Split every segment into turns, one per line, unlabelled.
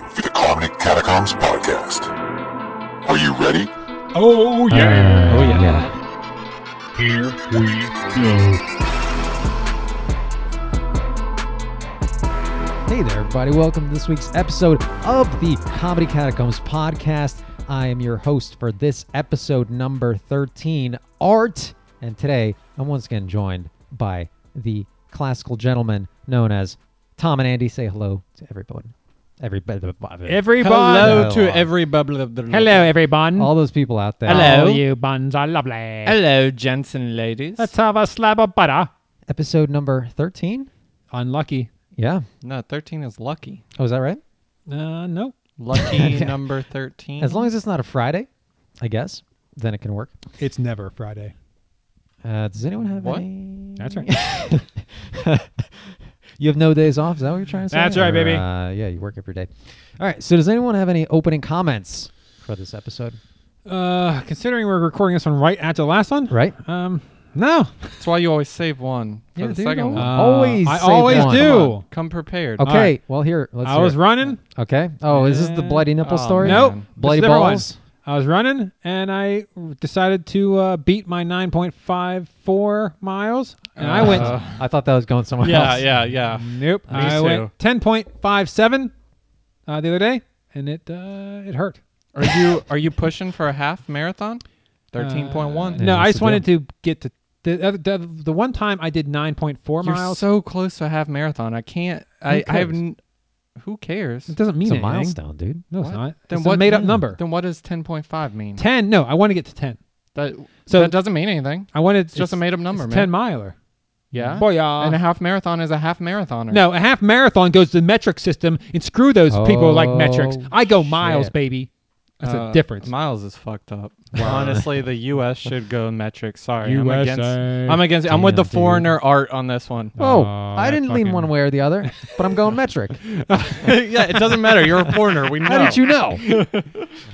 the Catacombs Podcast. Are you ready?
Oh yeah.
Oh yeah. yeah.
Here we
Hey there, everybody. Welcome to this week's episode of the Comedy Catacombs podcast. I am your host for this episode number 13, Art. And today I'm once again joined by the classical gentleman known as Tom and Andy. Say hello to everyone. Everybody.
Everyone.
Hello
Hello.
to every bubble of the
Hello, everyone.
All those people out there.
Hello.
All you buns are lovely.
Hello, gents and ladies.
Let's have a slab of butter.
Episode number 13?
unlucky.
Yeah.
No, 13 is lucky.
Oh, is that right?
Uh, no. Lucky number 13.
As long as it's not a Friday, I guess, then it can work.
It's never Friday.
Uh, does anyone have
What?
any?
That's right.
You have no days off. Is that what you're trying to say?
That's right,
Or,
baby.
Uh, yeah, you work every day. All right. So, does anyone have any opening comments for this episode?
Uh, considering we're recording this one right after the last one,
Right.
Um, no.
That's why you always save one for
Yeah,
the
there you
second
go.
one. Uh,
Uh, Always
I
save
always
one.
do.
Come
Come prepared.
Okay.
All right.
Well, here. Let's
I
hear
was
it.
running.
Okay. Oh, is this the
Uh,
bloody nipple
oh,
story?
no.
Nope.
man.
Bloody
This is a different one.
balls.
I was running and I decided to uh, beat my 9.54 miles and I went.
Uh,
I thought that was going somewhere
yeah,
else.
yeah, yeah.
nope. I
too.
went 10.57 uh, the other day and it uh, it hurt.
Are you are you pushing for a half marathon? 13.1.
Yeah,
no, I
that's
just
the
wanted to get to the, other the the one time I did 9.4
You're
miles.
so close to a half marathon. I can't. I, I have.
cares?
N- who cares?
it doesn't mean
It's a
anything.
milestone, dude.
No, it's
What?
not.
Then
it's a
what-
made up number.
Then what does 10.5 mean?
10. No, I want to get to 10.
That,
So-
that doesn't mean anything.
I wanted
It's just a made up number,
it's
man.
10 miler.
yeah.
Booyah.
And a half marathon is a half marathoner.
no, a half marathon goes to the metric system and screw those people who like metrics.
Oh,
I go miles,
shit.
baby. That's
Uh,
a difference.
Miles is fucked up. Honestly, the U.S. should go metric. Sorry, I'm against.
USA.
I'm against. I'm with the
Damn, dude.
foreigner art on this one.
Oh,
Oh,
I
that
didn't lean
fucking-
one way or the other, but I'm going metric.
yeah, it doesn't matter. You're a foreigner. We know.
How did you know?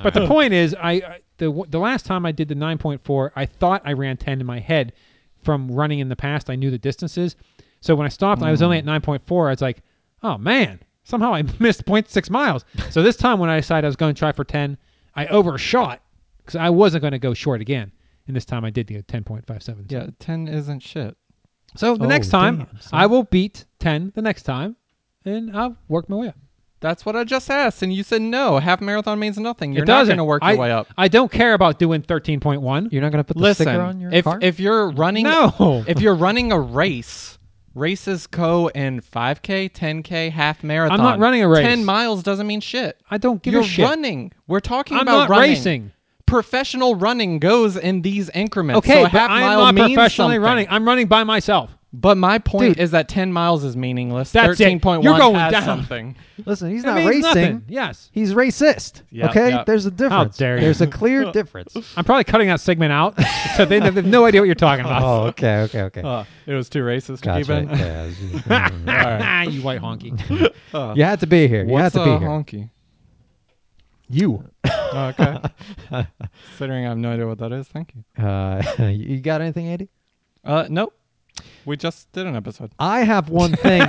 But the point is, I, I the w- the last time I did the 9.4, I thought I ran 10 in my head from running in the past. I knew the distances, so when I stopped, and I was only
Hmm.
at 9.4. I was like, oh man, somehow I missed 0.6 miles. so this time when I decided I was going to try for 10, I overshot because I wasn't going to go short again. And this time I did the 10.57.
Yeah, ten isn't shit.
So the
Oh,
next time
damn, son.
I will beat 10. The next time, and I'll work my way up.
That's what I just asked, and you said no. Half marathon means nothing. You're
it
not
doesn't
going to work
I,
your way up.
I don't care about doing 13.1.
You're not going to put the sticker on
Listen,
your
if
car?
if you're running,
No.
if you're running a race. Races go in 5K, 10K, half marathon.
not running a race.
10 miles doesn't mean shit.
I don't give
You're
a shit.
running. We're talking
I'm
about
not
running.
racing.
Professional running goes in these increments.
Okay,
so a
but
half
I'm
mile
not
means
professionally
something.
running. I'm running by myself.
But my point
Dude.
is that 10 miles is meaningless.
That's it.
13.1
You're going
has
down.
something.
Listen, he's
It
not
means
racing.
nothing. Yes,
He's racist.
Yeah,
okay,
yeah.
there's a difference.
dare you.
There's a clear difference.
I'm probably cutting that segment out, so they, they have no idea what you're talking about.
Oh, okay, okay, okay.
Uh, it was too racist,
Gotcha. Yeah, I was just-
you white honky.
you had to be here. You had
What's
to
a
be here.
honky?
You.
Oh, okay. Considering I have no idea what that is, thank you.
Uh, you got anything, Andy?
Uh, nope. We just did an episode.
I have one thing.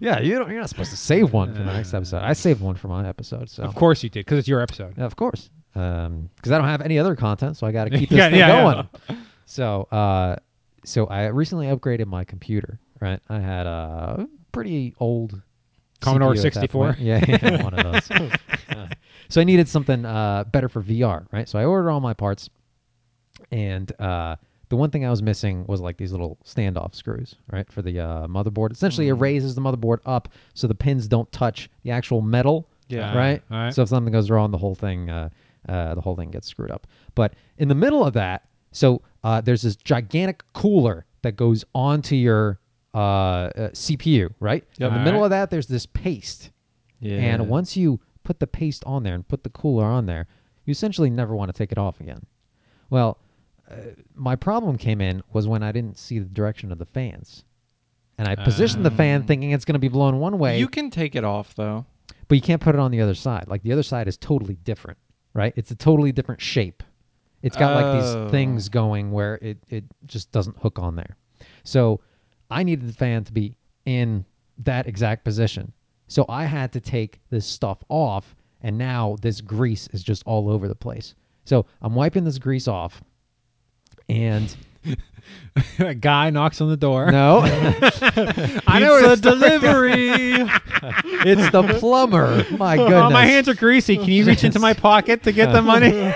yeah, you don't, you're not supposed to save one for the next episode. I saved one for my episode. So
Of course you did, because it's your episode.
Yeah, of course, because I don't have any other content, so I got to keep this
Yeah,
thing
yeah, yeah.
going. So, uh, so I recently upgraded my computer. Right, I had a pretty old
Commodore
CPU at that
64?
point. Yeah, yeah, one of those. Uh, so I needed something uh, better for VR. Right, so I ordered all my parts, and uh, the one thing I was missing was like these little standoff screws. Right for the uh, motherboard. Essentially,
Mm.
it raises the motherboard up so the pins don't touch the actual metal.
Yeah.
Right.
All right.
So if something goes wrong, the whole thing, uh, uh, the whole thing gets screwed up. But in the middle of that, so uh, there's this gigantic cooler that goes onto your uh, uh, CPU, right?
Yep.
In the
All
middle
right.
of that, there's this paste,
Yeah.
and once you put the paste on there and put the cooler on there, you essentially never want to take it off again. Well, uh, my problem came in was when I didn't see the direction of the fans. And I positioned the
Oh.
fan thinking it's going to be blown one way
You can take it off, though.
but you can't put it on the other side. Like the other side is totally different, right? It's a totally different shape. It's got like
Oh.
these things going where it it just doesn't hook on there. So I needed the fan to be in that exact position. So I had to take this stuff off, and now this grease is just all over the place. So I'm wiping this grease off, and
a guy knocks on the door.
no,
I know where the
delivery.
it's the plumber. My goodness.
Oh, my hands are greasy. Can you reach into my pocket to get the money?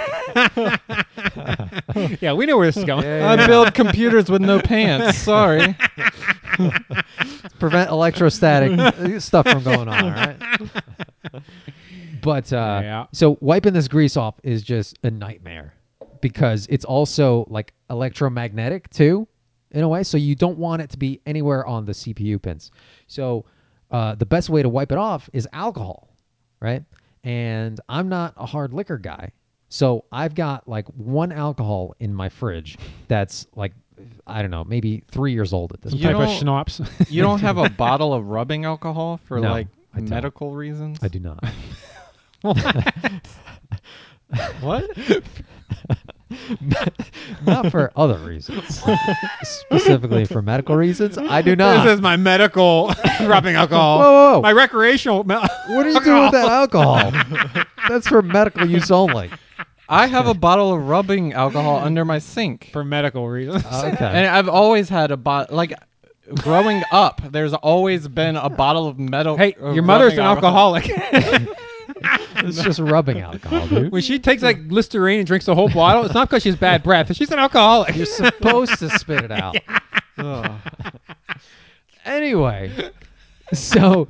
yeah, we know where this is going.
I build computers with no pants. Sorry.
prevent electrostatic stuff from going on. All right. But uh,
Yeah.
so wiping this grease off is just a nightmare because it's also like electromagnetic too, in a way. So you don't want it to be anywhere on the CPU pins. So uh, the best way to wipe it off is alcohol, right? And I'm not a hard liquor guy. So I've got like one alcohol in my fridge that's like, I don't know, maybe three years old at this
You
point.
Type of
don't-
schnapps.
You don't have a bottle of rubbing alcohol for
No,
like
I don't.
medical reasons?
I do not.
What?
not for other reasons. Specifically for medical reasons, I do not.
This is my medical rubbing alcohol.
Whoa, whoa, whoa.
My recreational. Me-
what are you doing with that alcohol? That's for medical use only.
I have a bottle of rubbing alcohol under my sink.
For medical reasons.
Uh, Okay.
And I've always had a bottle, like growing up, there's always been a bottle of metal.
hey,
oh,
uh,
your mother's an
rubbing alcohol.
alcoholic.
It's just rubbing alcohol, dude.
when she takes like Listerine and drinks the whole bottle, it's not because she's bad breath. She's an alcoholic.
You're supposed to spit it out. Anyway, so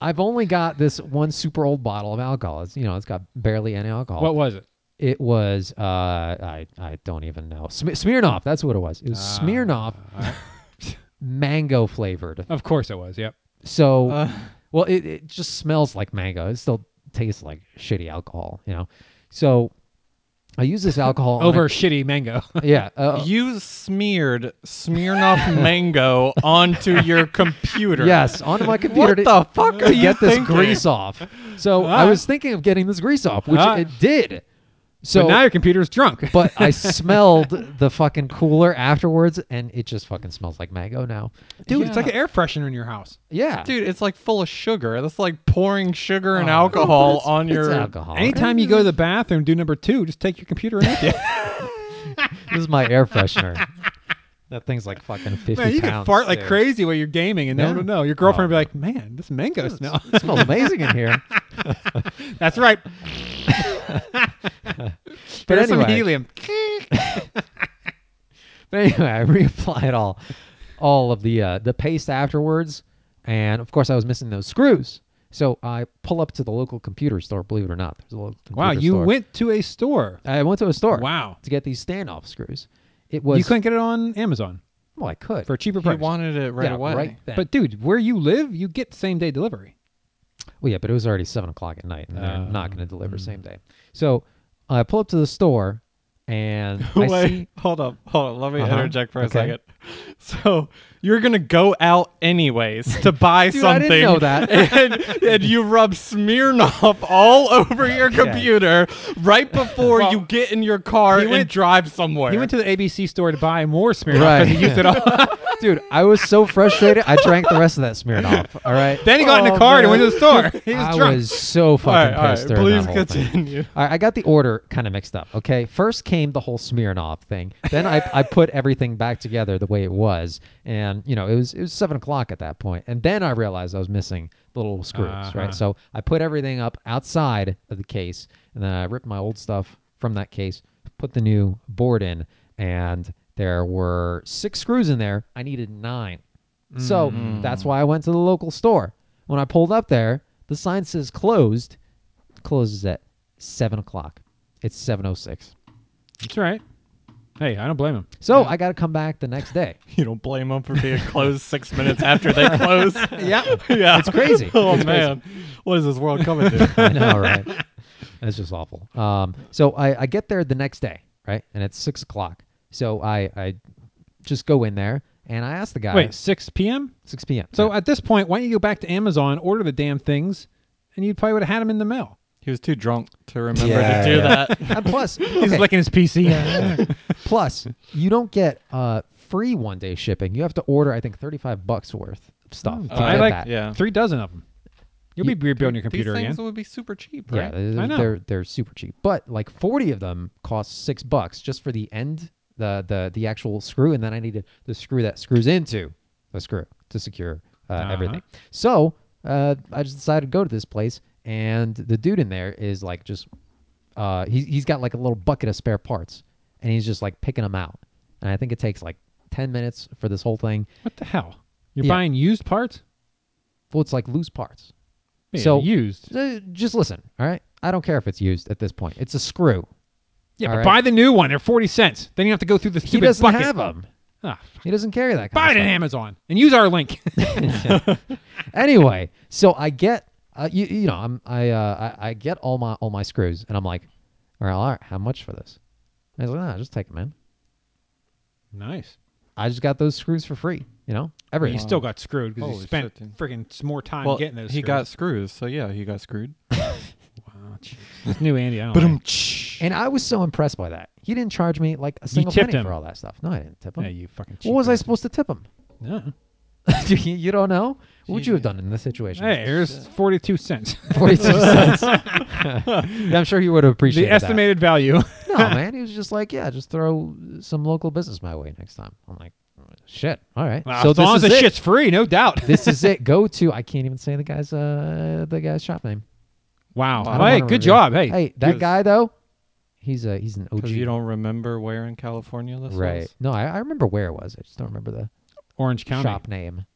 I've only got this one super old bottle of alcohol. It's you know, it's got barely any alcohol.
what was it?
It was uh, I I don't even know Sme- Smirnoff. That's what it was. It was
Ah,
Smirnoff, mango flavored.
Of course it was. Yep.
So,
Uh.
well, it, it just smells like mango. It still tastes like shitty alcohol, you know. So, Oh, I use this alcohol on
Over
a-
shitty mango.
yeah, uh,
You smeared Smirnoff Mango onto your computer.
yes, onto my computer.
What
to,
the fuck
to
are you
get this
thinking?
grease off? So I
Ah.
was thinking of getting this grease off, which
Ah.
it did. So
but now your computer's drunk.
but I smelled the fucking cooler afterwards, and it just fucking smells like mango now.
Dude, it's like an air freshener in your house.
Yeah,
Dude, it's like full of sugar. That's like pouring sugar and alcohol on
Oh, it's
your
alcohol.
Anytime you go to the bathroom, do number two. Just take your computer in with you.
this is my air freshener. that thing's like fucking fifty
Man, you can
pounds.
fart like
dude.
crazy while you're gaming, and no
Yeah.
one will know. Your girlfriend will be like, "Man, this mango smell."
It smells amazing in here.
That's right.
But
Here's some
anyway.
helium.
But anyway, I reapplied all, all of the uh, the paste afterwards, and of course I was missing those screws. So I pull up to the local computer store. Believe it or not, there's a local computer
wow, you
store.
went to a store.
I went to a store.
Wow.
To get these standoff screws, it was
You couldn't get it on Amazon
Well, I could.
for a cheaper
He
price.
wanted it right
yeah,
away.
right then.
but dude, where you live, you get same day delivery.
Well, yeah, but it was already seven o'clock at night, and they're
Oh,
not going to deliver
hmm.
same day. So I pull up to the store, and I
Wait,
see.
hold up, hold on. Let me
Uh-huh.
interject for a
Okay.
second. So you're gonna go out anyways to buy
Dude, I
something.
didn't know that.
and, and you rub Smirnoff all over your computer right before you get in your car and
went-
drive somewhere.
He went to the ABC store to buy more smear
Right.
because he used it all.
Dude, I was so frustrated. I drank the rest of that Smirnoff. All right.
then he got
Oh,
in the car and went to the store. He was
Oh, I
drunk.
was so
all right,
fucking
all right.
pissed. during
Please
that whole thing.
continue.
All right, I got the order kind of mixed up. Okay, first came the whole Smirnoff thing. Then I, I put everything back together the way it was, and you know it was it was seven o'clock at that point, and then I realized I was missing the little screws. Right, so I put everything up outside of the case, and then I ripped my old stuff from that case, put the new board in, and there were six screws in there. I needed nine, so that's why I went to the local store. When I pulled up there, the sign says closed closes at seven o'clock. It's seven oh six.
That's right. Hey, I don't blame him.
So I got to come back the next day.
You don't blame them for being closed six minutes after they close.
yeah,
yeah,
it's crazy.
Oh
It's crazy.
man, what is this world coming to?
I know, right? That's just awful. Um, so I, I get there the next day, right, and it's six o'clock. So I I just go in there and I ask the guy.
Wait, six p.m.
six p.m.
So
Yeah.
at this point, why don't you go back to Amazon, order the damn things, and you probably would have had them in the mail.
he was too drunk to remember
Yeah,
to do
yeah.
that.
and plus,
He's
okay,
licking his PC.
plus you don't get uh free one day shipping. You have to order I think thirty five bucks worth of stuff. to
I
get
Oh, like-
that.
Yeah.
Three dozen of them. You'll be rebuilding your computer
These
again.
things would be super cheap,
Yeah,
right?
they're,
I know.
they're they're super cheap, but like forty of them cost six bucks just for the end, the the the actual screw, and then I needed the screw that screws into the screw to secure uh,
Uh-huh.
everything. So uh, I just decided to go to this place, and the dude in there is like just uh, he he's got like a little bucket of spare parts, and he's just like picking them out, and I think it takes like ten minutes for this whole thing.
What the hell? You're
Yeah.
buying used parts?
Well, it's like loose parts.
Man,
So-
used.
Uh, Just listen, all right? I don't care if it's used at this point. It's a screw.
Yeah,
all
but
right.
buy the new one. They're forty cents. Then you have to go through the
He
stupid
doesn't
bucket.
have them.
Ah, f-
He doesn't carry that. Kind
buy
of
it
stuff.
on Amazon and use our link.
anyway, so I get uh, you you know I'm I, uh, I I get all my all my screws and I'm like, all right, all right how much for this? And he's like, nah, just take them in.
nice.
I just got those screws for free. You know,
But
everything.
you still got screwed because you
Holy
spent
shit, dude.
freaking s- more time
Well,
getting those.
he
screws.
got screws, so yeah, he got screwed.
Wow, jeez. This new Andy. I don't like.
But
And I was so impressed by that. He didn't charge me like a single
tipped
penny
him.
for all that stuff. No, I didn't tip him.
Yeah, you fucking.
what was I
cheap
supposed to tip him?
ass. No.
you, you don't know. What would you have done in this situation?
Hey, here's forty-two cents.
Forty-two cents. Yeah, I'm sure he would have
the
appreciated that.
estimated value.
No, man. He was just like, yeah, just throw some local business my way next time. I'm like, shit. All right.
Wow,
so
as long as
this
the
is it.
shit's free, no doubt.
this is it. Go to. I can't even say the guy's uh the guy's shop name.
Wow.
I don't
Hey,
wanna
good
reveal.
job. Hey,
Hey, that
Yes.
guy though, he's a he's an OG.
because you don't remember where in California this
right? No, I, I remember where it was. I just don't remember the
Orange County.
shop name.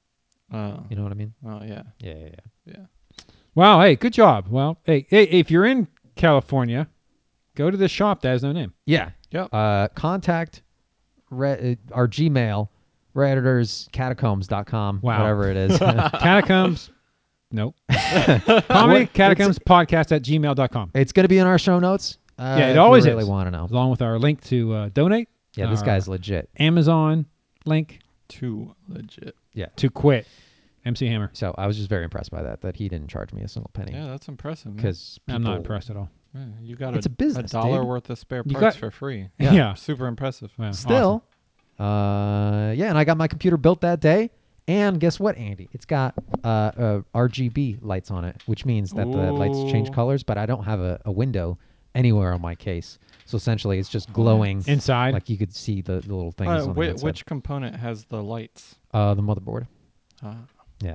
was.
You know what I mean?
Oh, oh yeah,
Yeah, yeah, yeah.
yeah.
Wow. Hey, good job. Well, hey, hey, if you're in California, go to this shop that has no name.
Yeah.
Yep.
Uh, contact re- uh, our Gmail, redditorscatacombs.com,
Wow.
whatever it is.
Catacombs. nope. Comedy Catacombs Podcast at gmail.com.
it's gonna be in our show notes. Uh,
Yeah, it
if you
always
really
is.
want to know.
Along with our link to uh, donate.
Yeah, this
our
guy's legit.
Amazon link
Too legit.
Yeah.
to quit. MC Hammer.
So I was just very impressed by that. That he didn't charge me a single penny.
Yeah, that's impressive. man.
Because
I'm not impressed at all.
Yeah, you got
It's
a,
a business,
dollar
dude.
worth of spare
You
parts
got-
for free.
Yeah.
Yeah.
Super impressive.
Wow,
Still, uh, yeah, and I got my computer built that day. And guess what, Andy? It's got uh, uh, RGB lights on it, which means that the lights change
Ooh.
colors. But I don't have a, a window anywhere on my case, so essentially it's just glowing
awesome. inside.
Like you could see the, the little things.
Uh,
on the
whi-
inside.
which component has the lights?
Uh, the motherboard.
Uh.
Ah.
Yeah.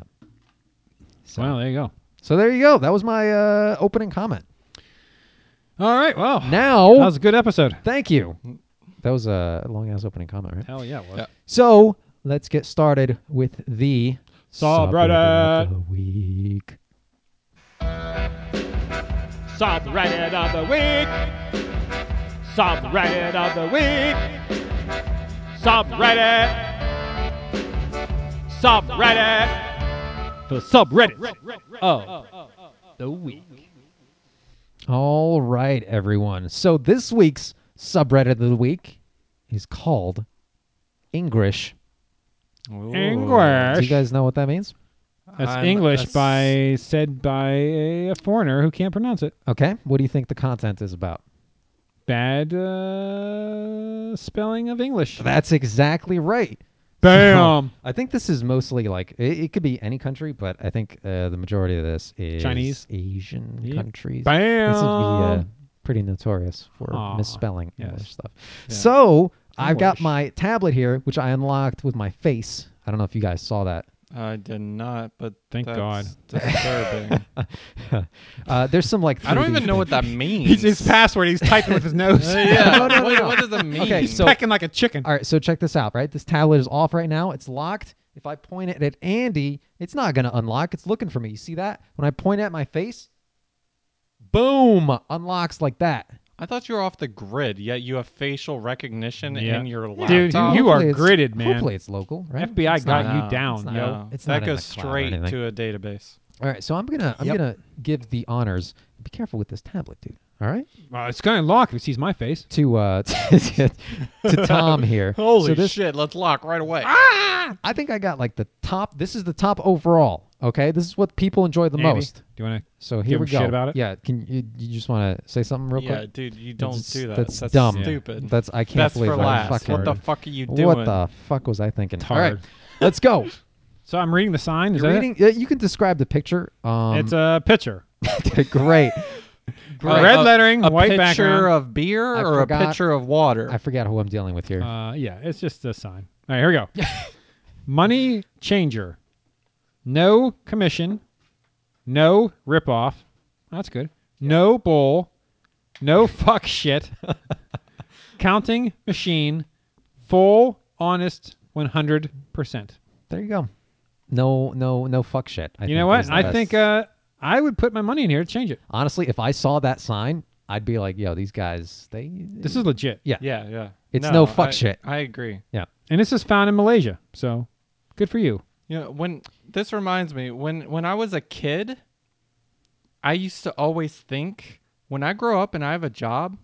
So,
Well, there you go.
so there you go. That was my uh, opening comment.
All right. Well,
Now,
that was a good episode.
thank you. That was a long ass opening comment, right?
Hell yeah. It was.
Yeah.
So let's get started with the
Subreddit.
subreddit of the week.
Subreddit of the week. Subreddit of the week. Subreddit. Subreddit.
The subreddit of the week.
All right, everyone. So this week's subreddit of the week is called English.
Ooh.
Do you
English.
guys know what that means?
That's
I'm-
English
that's-
by said by a, a foreigner who can't pronounce it.
Okay. What do you think the content is about?
Bad uh, spelling of English.
That's exactly right.
Bam.
I think this is mostly like it, it could be any country, but I think uh, the majority of this is
Chinese.
Asian
Yep.
countries.
Bam.
This is the, uh, pretty notorious for
Aw,
misspelling
yes. Oh,
English stuff. So I've got
English.
my tablet here, which I unlocked with my face. I don't know if you guys saw that.
I did not, but
Thank
that's
God.
Disturbing.
Uh, there's some like
I don't
3D
even know
thing.
what that means.
He's his password. He's typing with his nose.
Uh, yeah.
No, no,
what,
no.
what does that mean?
Okay, so
Pecking like a chicken.
all right, so check this out. Right, this tablet is off right now. It's locked. If I point it at Andy, it's not going to unlock. It's looking for me. You see that? When I point at my face, boom, unlocks like that.
I thought you were off the grid, yet you have facial recognition
Yeah.
in your laptop.
Dude,
So
you are
hopefully it's-
gridded, man.
Hopefully it's local, right?
FBI
It's
got
not-
you down,
not-
yo.
no. It's
Oh, that
not in
goes
the cloud or
straight
anything.
to a database.
All right, so I'm gonna I'm
Yep.
gonna give the honors. Be careful with this tablet, dude. All right,
Well, Uh, it's going to lock if it sees my face.
to uh to, to Tom here. so this,
shit! Let's lock right away.
I think I got like the top. This is the top overall. Okay, this is what people enjoy the
Andy,
most.
Do you want to?
So here
Give
we
him
go.
shit about it?
Yeah, can you, you just want to say something real
yeah,
quick?
dude, you don't
That's-
do that.
That's,
That's,
dumb.
Stupid.
That's I can't
That's
believe
for
I
last.
fucking.
What the fuck are you doing?
what the fuck was I thinking? All right,
Tard.
let's go.
So I'm reading the sign. Is
You're
that it?
reading. Yeah, you can describe the picture. Um,
It's a pitcher.
great.
Uh, red lettering,
a
white
pitcher
background.
of beer
I
or
forgot-
a pitcher of water.
I forgot who I'm dealing with here.
uh, yeah, it's just a sign. All right, here we go. Money changer. No commission. No ripoff. That's good. No bowl. No fuck shit. Counting machine. Full honest 100%.
there you go. No, no, no fuck shit. I
you know
is
what?
the
I
best.
think uh, I would put my money in here to change it.
honestly, if I saw that sign, I'd be like, "Yo, these guys, they."
This is legit.
yeah.
yeah, yeah.
It's no fuck
I-
shit.
I agree.
And this is found in Malaysia. So good for you.
You know, when this reminds me, when when I was a kid, I used to always think when I grow up and I have a job,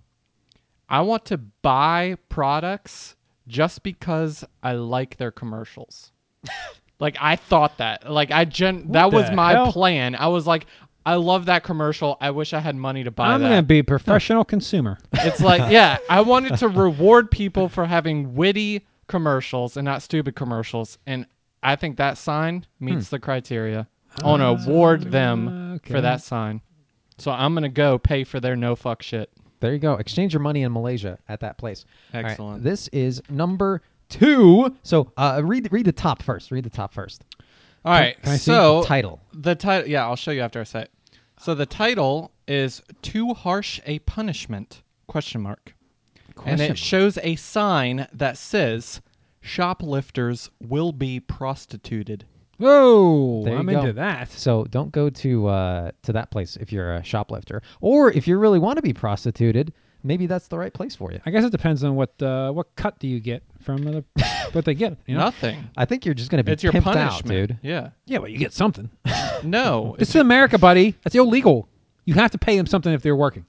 I want to buy products just because I like their commercials. like I thought that. Like I gen that was
the
my
hell?
plan. I was like I love that commercial. I wish I had money to buy
I'm
that.
going to be a professional consumer.
It's like, yeah, I wanted to reward people for having witty commercials and not stupid commercials. And I think that sign meets the criteria. I want to award them
Hmm. okay.
for that sign. So I'm going to go pay for their no fuck shit.
There you go. Exchange your money in Malaysia at that place. All right,
Excellent.
This is number two. So uh, read read the top first. Read the top first.
All right.
can I see
so
the title?
The title, yeah, I'll show you after I say it. So the title is "Too Harsh a Punishment?" question mark, and
Question
it shows a sign that says "Shoplifters will be prostituted."
Whoa,
There you
I'm
go.
into that.
So don't go to uh, to that place if you're a shoplifter, or if you really want to be prostituted. Maybe that's the right place for you.
I guess it depends on what uh, what cut do you get from the what they get. You know?
Nothing.
I think you're just going to be
It's your
pimped out,
punishment,
dude.
Yeah.
Yeah, well, you get something.
No,
This is America, buddy. That's illegal. You have to pay them something if they're working.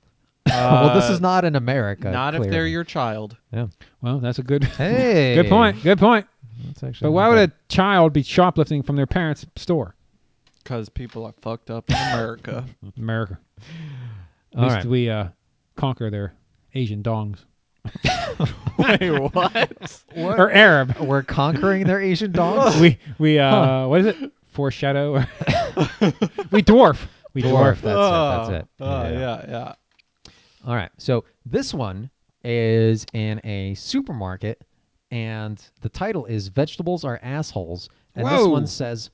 well, this is not in America.
Uh, not if they're
clearly.
your child.
Yeah,
Well, that's a good
Hey.
good point. Good point.
that's actually.
But why would a child be shoplifting from their parents' store?
Because people are fucked up in America.
America. At
All
least
right.
we uh, conquer their Asian dongs
Wait, what?
or Arab.
we're conquering their Asian dogs?
we we uh, what is it? Foreshadow. we dwarf. We
Dwarf.
dwarf.
That's it. That's it.
Oh, yeah, yeah.
All right. So this one is in a supermarket, and the title is "Vegetables Are Assholes," and this
Whoa.
one says,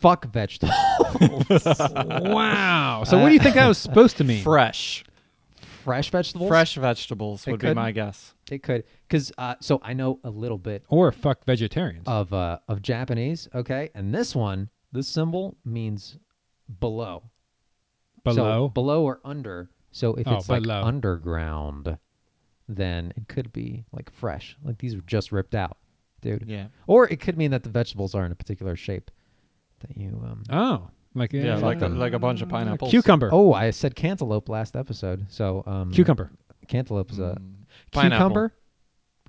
"Fuck vegetables."
wow. So what do you think that was supposed to mean?
Fresh.
Fresh vegetables.
Fresh vegetables would be
could-
my guess.
It could, because uh, so I know a little bit
or fuck vegetarians.
of uh, of Japanese. Okay, and this one, this symbol means below. So
below.
below or under. So if
Oh,
it's like
below.
underground, then it could be like fresh. Like these were just ripped out, dude.
Yeah.
Or it could mean that the vegetables are in a particular shape that you. Um,
oh, like
Yeah,
uh,
like a, like a bunch of pineapples.
cucumber.
oh, I said cantaloupe last episode. So um,
cucumber,
Cantaloupe is a
Mm. Pineapple.
cucumber.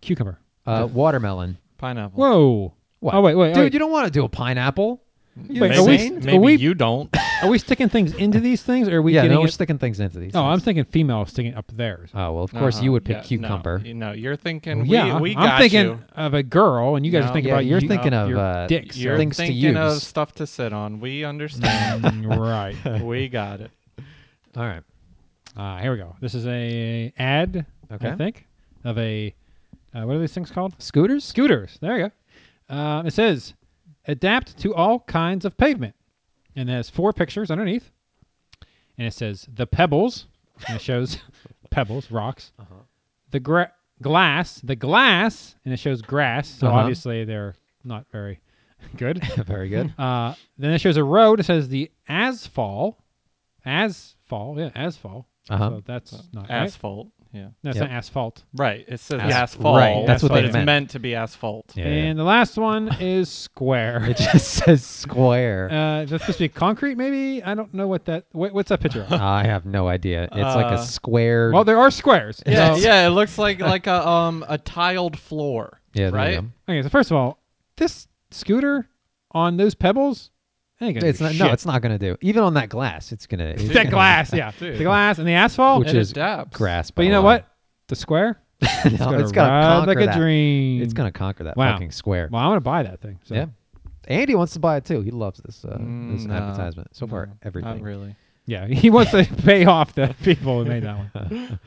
cucumber.
Uh, watermelon.
Pineapple.
Whoa.
What?
Oh wait, wait,
dude,
wait.
you don't want to do a pineapple. You
Maybe,
are we-
insane?
are
maybe
we-
you don't.
Are we sticking things into these things, or are we
yeah,
getting?
no, we're
it-
sticking things into these.
oh, I'm
things.
thinking female sticking up theirs.
Oh well, of course you would pick cucumber.
Uh-huh. No, you're thinking.
yeah,
we, we
I'm
got
thinking
you.
of a girl, and you guys
No.
are thinking
Yeah,
about
you're
you-
thinking
uh,
of,
your
uh,
dicks.
You're
things to
thinking of
use.
stuff to sit on. We understand.
right.
we got it.
All right.
Uh, here we go. This is a ad.
Okay.
I think of a uh, what are these things called?
Scooters.
Scooters. There you go. Uh, it says adapt to all kinds of pavement, and it has four pictures underneath, and it says the pebbles, and it shows pebbles, rocks,
Uh-huh.
the gra- glass, the glass, and it shows grass. So
Uh-huh.
obviously they're not very good.
Very good.
Uh, then it shows a road. It says the asphalt, asphalt, yeah, asphalt.
Uh-huh.
So that's not right.
Asphalt. Yeah.
That's
Yep.
not asphalt.
Right. It says
As-
asphalt.
right, that's what
but
they
it's
meant.
meant to be asphalt.
Yeah.
And the last one is square.
It just says square.
Uh, that's supposed to be concrete, maybe. I don't know what that. What, what's that picture? of?
I have no idea. It's like a
Uh,
square.
well, there are squares.
Yeah,
so-
yeah, it looks like like a um a tiled floor.
yeah, there you
right.
go.
Okay, so first of all, this scooter on those pebbles, ain't gonna
It's
do
not.
Shit.
No, it's not gonna do. Even on that glass, it's gonna. It's
that glass. Yeah,
Dude.
the glass and the asphalt.
which
It
is
adapts.
grass. by
but you
the
know
way.
what? The square.
No,
gonna
it's gonna
ride
conquer
like a
that.
dream.
It's gonna conquer that
Wow.
fucking square.
Well, I'm gonna buy that thing. So.
Yeah. Andy wants to buy it too. He loves this uh,
Mm,
this
No.
advertisement. So far,
No,
everything.
Not really.
Yeah, he wants to pay off the people who made that one.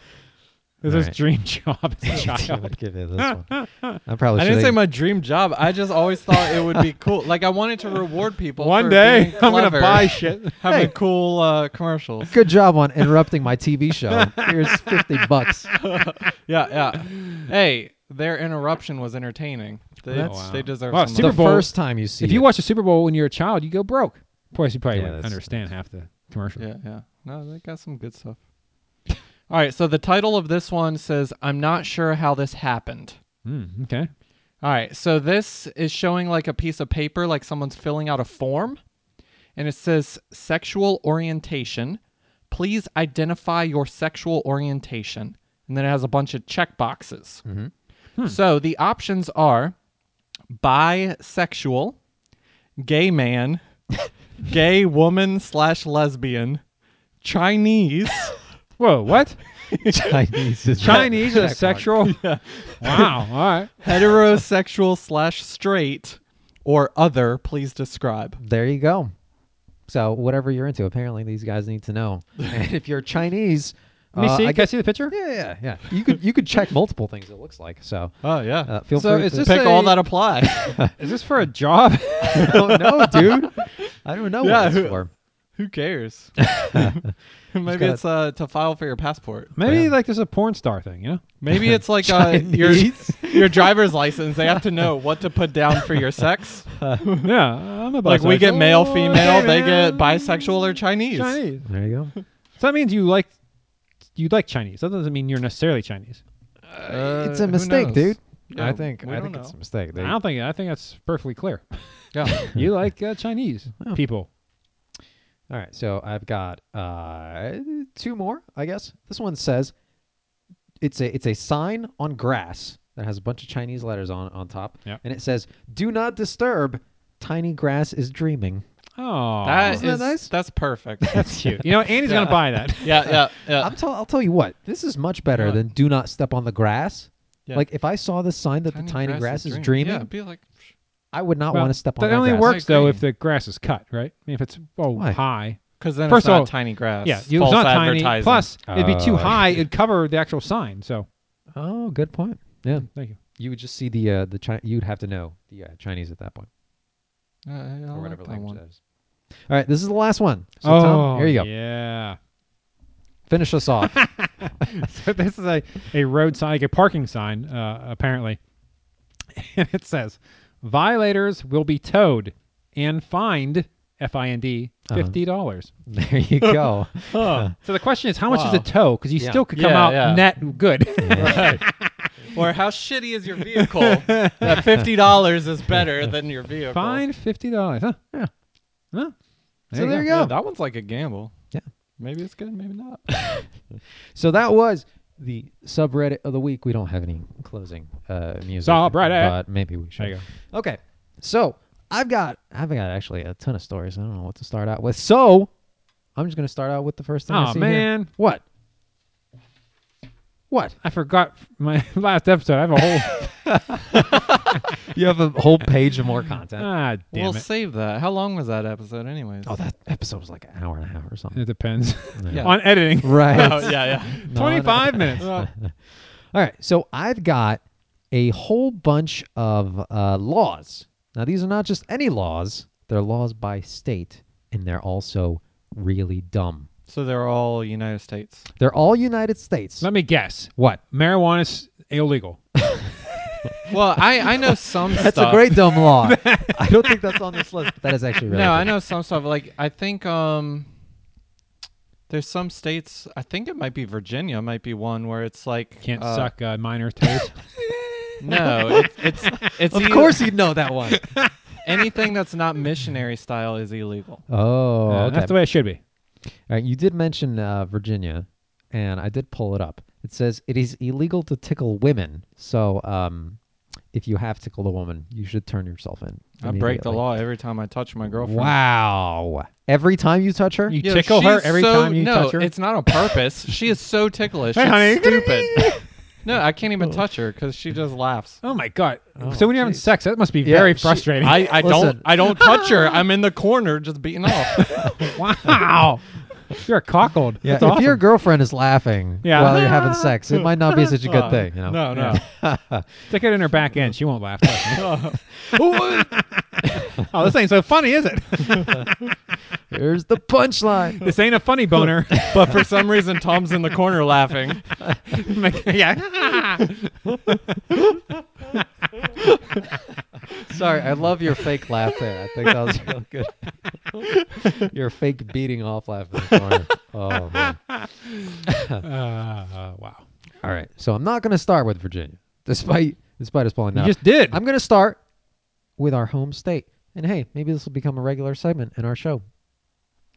This is
Alright.
his dream job as a
Damn
child.
it, give me this one. I probably
I didn't
should've-
say my dream job. I just always thought it would be cool. Like I wanted to reward people.
One
for
day,
being
I'm gonna
clever,
buy shit.
having cool uh, commercials.
Good job on interrupting my TV show. Here's fifty bucks.
Yeah, yeah. Hey, their interruption was entertaining. They,
That's- wow.
they deserve
Wow,
some
Super
the
money.
Bowl-
first time you see
If you
it.
watch the Super Bowl when you're a child, you go broke. Of course, you probably
Yeah,
wouldn't
that's-
understand half the commercial.
Yeah, yeah. No, they got some good stuff. All right, so the title of this one says, "I'm not sure how this happened."
Mm, okay.
All right, so this is showing like a piece of paper, like someone's filling out a form, and it says sexual orientation. Please identify your sexual orientation. And then it has a bunch of check boxes. Hmm. So the options are bisexual, gay man, gay woman slash lesbian, Chinese,
Whoa, what?
Chinese, is-
Chinese is sexual? Wow. All right.
heterosexual slash straight, or other. Please describe.
There you go. So whatever you're into, apparently these guys need to know. And if you're Chinese,
Let me
uh,
see.
I
Can I
guess
see the picture?
yeah, yeah, yeah. You could you could check multiple things. It looks like so.
Oh yeah.
Uh, feel
So
free
is
to
this
Pick all
a-
that apply.
Is this for a job?
I don't know, oh, dude. I don't know
Yeah,
what it's
who-
for.
Who cares? Maybe
gotta-
it's uh, to file for your passport.
Maybe like there's a porn star thing, you know?
Maybe it's like uh, your your driver's license. They have to know what to put down for your sex.
yeah. I'm a
Like we
bisexual.
get
Oh,
male, female. They get
Chinese.
bisexual or Chinese.
Chinese.
There you go.
So that means you like you like Chinese. That doesn't mean you're necessarily Chinese.
Uh,
it's a
who
mistake,
knows?
dude.
Yeah,
I think
we
I
don't
think
know.
it's a mistake. They-
I don't think I think that's perfectly clear.
Yeah.
you like uh, Chinese
Wow.
people.
All right, so I've got uh, two more, I guess. This one says it's a it's a sign on grass that has a bunch of Chinese letters on on top,
Yep.
and it says "Do not disturb." Tiny grass is dreaming.
Oh,
That
Isn't that
is-
nice?
that's perfect.
that's cute. You know, Andy's gonna buy that.
yeah, yeah, yeah.
I'm tell I'll tell you what, this is much better
Yeah.
than "Do not step on the grass."
Yeah.
Like if I saw the sign that the tiny grass, is
dream-
dreaming,
Yeah, be like,
I would not want to step on
that
that
only
grass.
works
I
though
agree.
if the grass is cut, right? I mean, if it's oh
Why?
high,
because then
First
it's
of
not
all-
tiny grass.
yeah, you, it's
False
not tiny.
advertising.
Plus, it'd be too
Oh.
high; it'd cover the actual sign. So,
Oh, good point. Yeah,
thank you.
you would just see the uh, the Chi- you'd have to know the uh, Chinese at that point.
Uh, I like
or whatever
that
language
one.
that is. All right, this is the last one. So,
oh,
Tom, here you go.
Yeah.
Finish us off.
so this is a, a road sign, like a parking sign, uh, apparently. And it says, violators will be towed and fined, F-I-N-D,
Uh-huh.
$50.
there you go.
So the question is, how much is
Wow.
a tow? Because you
Yeah.
still could come
Yeah,
out
yeah.
net good.
or how shitty is your vehicle that fifty dollars is better than your vehicle?
Fine, $50. Huh?
Yeah.
Huh?
So there you go.
Yeah, that one's like a gamble.
Yeah.
Maybe it's good, maybe not.
So that was the subreddit of the week. We don't have any closing uh, music.
Subreddit.
But maybe we should.
There you
go. Okay. So I've got I've got actually a ton of stories. I don't know what to start out with. So I'm just gonna start out with the first thing I
Aw,
see here.
man.
What? What?
I forgot my last episode. I have a whole...
You have a whole page of more content.
ah, damn
we'll
it.
save that. How long was that episode, anyways?
Oh, that episode was like an hour and a half or something.
It depends.
Yeah.
On editing.
Right.
Oh, yeah, yeah.
No,
25 minutes.
All right, so I've got a whole bunch of uh, laws. Now, these are not just any laws, they're laws by state, and they're also really dumb.
So they're all United States.
They're all United States.
Let me guess.
what?
Marijuana's illegal.
Well, I I know some
That's
stuff.
a great dumb law. I don't think that's on this list, but that is actually really
No, I
good.
know some stuff. Like I think um, there's some states. I think it might be Virginia. Might be one where it's like
Can't
uh,
suck uh, minor toes.
No, it, it's it's
Of
either-
course, you'd know that one.
anything that's not missionary style is illegal.
oh,
Uh,
okay.
That's the way it should be.
All right, you did mention uh, Virginia, and I did pull it up. It says it is illegal to tickle women. So um, if you have tickled a woman, you should turn yourself in.
I break the
immediately.
law every time I touch my girlfriend.
Wow. Every time you touch her?
You
Yo,
tickle
she
her
is
every
so-
time you
no,
touch her.
It's not on purpose. she is so ticklish.
Hey,
it's
honey.
stupid. No, I can't even touch her because she just laughs.
Oh my god! so when you're having
geez.
sex, that must be
Yeah,
very
she-
frustrating.
I, I
Listen.
don't I don't touch her. I'm in the corner just beating off.
wow, you're cockled.
Yeah,
That's
if
awesome.
your girlfriend is laughing
Yeah.
while you're having sex, it might not be such a good thing. You know?
Uh, No, no.
Stick it in her back end. She won't laugh. oh, this ain't so funny, is it?
Here's the punchline.
This ain't a funny boner.
But for some reason, Tom's in the corner laughing.
yeah.
Sorry, I love your fake laugh there. I think that was real good. your fake beating off laugh in the corner. Oh man.
Uh, wow.
All right. So I'm not gonna start with Virginia. Despite despite us pulling
You
out.
just did.
I'm gonna start with our home state. And hey, maybe this will become a regular segment in our show.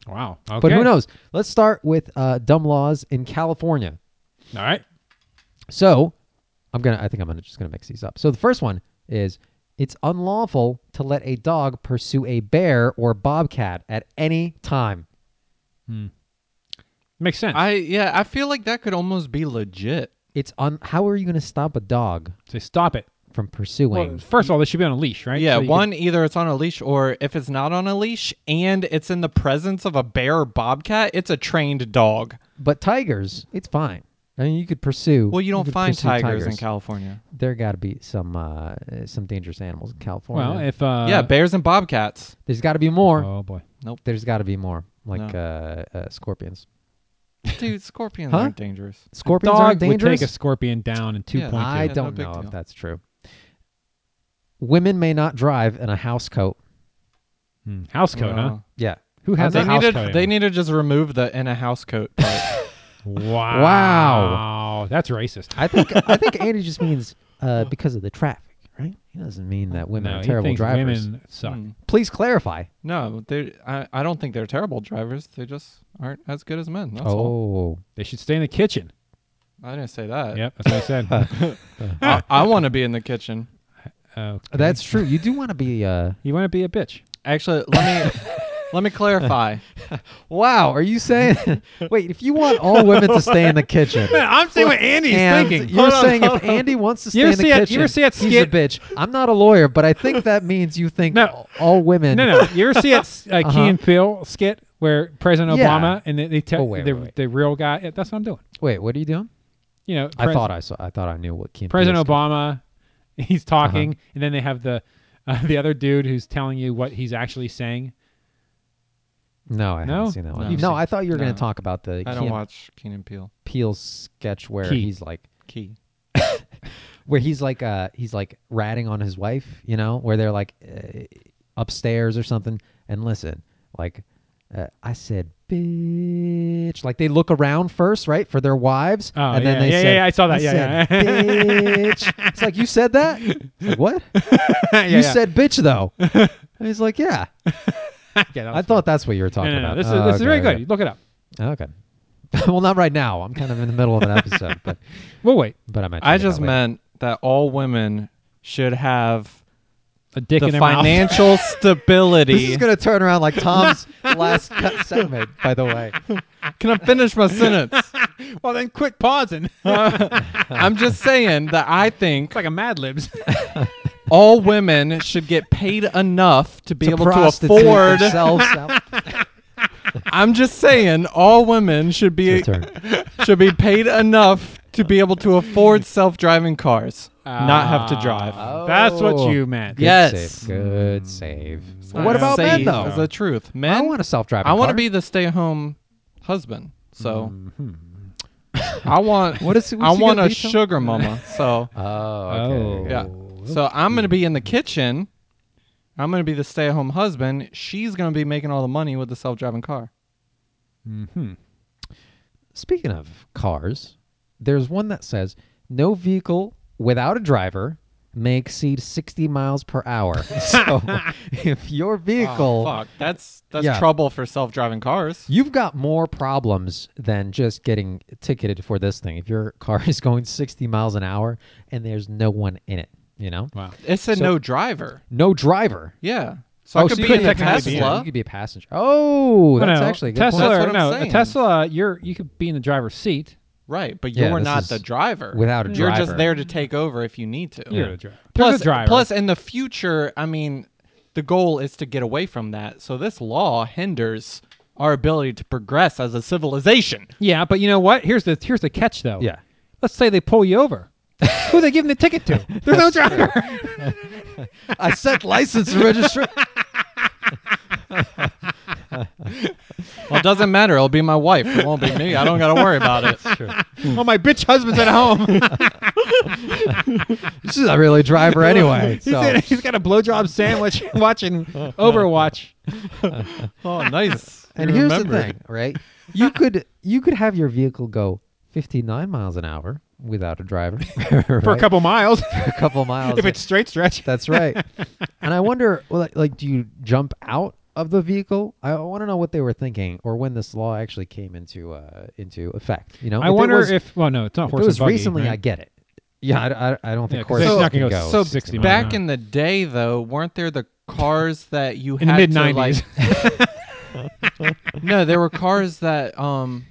wow. Okay.
But who knows? Let's start with uh, dumb laws in California.
All right.
So I'm gonna. I think I'm gonna just gonna mix these up. So the first one is it's unlawful to let a dog pursue a bear or bobcat at any time.
Makes sense.
I yeah, I feel like that could almost be legit.
It's on. How are you gonna stop a dog
so stop it.
from pursuing?
Well, first of all, this should be on a leash, right?
Yeah,
So you
one either it's on a leash or if it's not on a leash and it's in the presence of a bear or bobcat, it's a trained dog.
but tigers, it's fine. I mean, you could pursue.
Well, you don't
could
find
pursue
tigers, in California.
There got to be some uh, some dangerous animals in
could-
California.
Well, if uh,
yeah, bears and bobcats.
there's got to be more.
oh boy,
There's got to be more, like
No.
uh, uh, scorpions.
Dude, scorpions
Huh?
aren't dangerous.
Scorpions are
dog would
dangerous.
take a scorpion down in two
Yeah,
points.
I
Yeah, no
don't
big
know if
deal.
that's true. Women may not drive in a house coat.
Hmm. House coat, huh?
Uh,
Yeah. Who has
they
a house
need
coat?
to they need to just remove the in a house coat part.
Wow.
Wow.
That's racist.
I think I think Andy just means uh, because of the traffic, right? He doesn't mean that women
no,
are
he
terrible
thinks
drivers.
Women suck.
Hmm.
Please clarify.
No, they. I, I don't think they're terrible drivers. They just aren't as good as men. That's
oh.
all.
They should stay in the kitchen.
I didn't say that.
Yep, that's what I said.
I, want to be in the kitchen.
Okay.
That's true. You do want to be uh
Uh, you want to be a bitch.
Actually, let me let me clarify.
Wow, are you saying Wait, if you want all women to stay in the kitchen.
I'm saying what Andy's
and You're saying if Andy wants to stay
You ever
in the
see that- you
kitchen,
ever see that
he's a
skit-
bitch. I'm not a lawyer, but I think that means you think
No.
all women
No, no. You ever see that s- uh, Key
Uh-huh.
and Peele skit where President
Yeah.
Obama and they, they tell
Oh, wait,
the,
wait, wait.
the real guy? yeah, that's what I'm doing.
Wait, what are you doing?
You know,
I
Pres-
thought I saw. I thought I knew what Kim.
President Obama, he's talking,
Uh-huh.
and then they have the uh, the other dude who's telling you what he's actually saying.
No, I
No?
haven't seen that one.
No.
No,
You've
I thought you were going
No.
to talk about the
I don't
Key
watch Keenan Peele.
Peel sketch where
Key.
he's like,
Key.
where he's like, uh, he's like ratting on his wife. You know, where they're like uh, upstairs or something. And listen, like uh, I said, bitch. Like they look around first, right, for their wives,
Oh,
and
yeah,
then they
yeah,
said,
yeah, I saw that. Yeah,
said,
yeah.
bitch. It's like you said that. It's like, what?
yeah,
you said bitch though. And he's like, yeah. I thought that's what you were
No,
talking
no, no.
about.
This is
Oh,
this is
okay,
very
okay.
good. You Look it up.
Okay. well, not right now. I'm kind of in the middle of an episode, but
Well, wait.
but I meant. to
I
get that
just
later.
meant that all women should have
A dick
the
in their mouth.
financial stability.
This is gonna turn around like Tom's last cut segment. By the way,
Can I finish my sentence?
well, then quit pausing.
I'm just saying that I think
it's like a Mad Libs.
all women should get paid enough to be
to
able to
prostitute
afford.
themselves out.
I'm just saying all women should be
Your turn.
should be paid enough to be able to afford self-driving cars, not have to drive.
Ah.
That's
Oh.
what you meant.
Good
Yes.
save. Good save.
Not
what about men
safe
though?
Is the truth. Men.
I want a self-driving.
I want to
car. Mm-hmm.
be the stay-home husband. So. I want
What is-
I
what's he
want
gonna
a
be, Tom?
sugar mama. So
Oh, okay.
yeah. So I'm gonna be in the kitchen. I'm gonna be the stay-at-home husband. She's gonna be making all the money with the self-driving car.
Speaking of cars, there's one that says no vehicle without a driver may exceed 60 miles per hour. so if your vehicle
Oh, fuck, that's that's
Yeah.
trouble for self-driving cars.
You've got more problems than just getting ticketed for this thing. If your car is going 60 miles an hour and there's no one in it, you know?
Wow.
It said
So-
no driver.
No driver. Oh,
Yeah. So I could
so
be in
couldn't
a
technically be in it.
Tesla.
You could be a passenger. Oh,
No,
that's
no,
actually a good
Tesla.
That's
point.
what I'm
no, a
saying.
Tesla. You're you could be in the driver's seat,
Right, but
Yeah,
you're
this
not
is
the driver.
without a
You're
driver.
just there to take over if you need to.
You're the driver.
Plus,
Plus, driver.
plus in the future, I mean, the goal is to get away from that. So this law hinders our ability to progress as a civilization.
yeah, but you know what? Here's the here's the catch though.
Yeah.
Let's say they pull you over. Who they giving the ticket to? There's no driver.
I said license and registration.
Well, it doesn't matter. It'll be my wife. It won't be me. I don't got to worry about it.
oh, my bitch husband's at home.
She's not really a driver anyway.
He's
So
in- he's got a blowjob sandwich watching Overwatch.
Oh, nice.
and here's the thing, right? You could you could have your vehicle go 59 miles an hour without a driver
for a couple miles
a couple miles.
if it's straight stretch.
That's right. and I wonder, well, like, like, do you jump out of the vehicle? I want to know what they were thinking, or when this law actually came into uh, into effect. You know,
I
If it
wonder
was-
if. Well, no, it's not
if
horse
it was
and buggy,
recently.
right?
I get it. Yeah, I, I, I don't think
'cause
horses
it's
not
can
gonna
go.
go
So
60 miles an
back
hour.
in the day, though, weren't there the cars that you
In the
had
mid
to
nineties.
like? No, there were cars that um,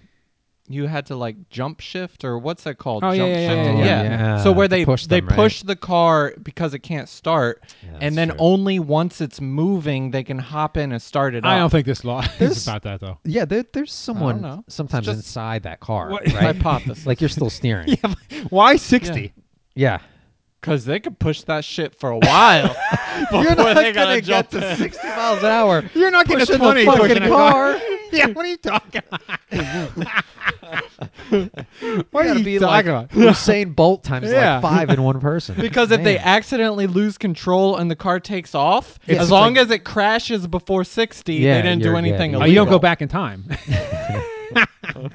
you had to like jump shift or what's that called?
Oh, yeah,
jump
yeah,
shift.
yeah,
yeah, yeah. Yeah,
So where
to
they
push
they
them, right?
push the car because it can't start,
that's
and then
true.
only once it's moving they can hop in and start it.
I don't
up.
think this law
There's-
is about that though.
yeah, there, there's someone
know.
sometimes
It's just-
inside that car,
What-
right?
Hypothesis.
like you're still steering. yeah.
Why sixty?
Because they could push that shit for a while.
You're
Before
not
they
gonna
gotta
get
jump
to
in.
60 miles an hour.
You're not getting
pushing
a twenty
the
pushing
fucking
a
car.
yeah, what are you talking? about? what
You
are
gotta
you
be
talking
like
about?
Usain Bolt times
Yeah.
like five in one person.
Because if they
Man.
accidentally lose control and the car takes off,
It's
as
just
long
like-
as it crashes before 60,
Yeah,
they didn't do
you're- yeah,
anything
you're-
Oh,
illegal.
you don't go back in time.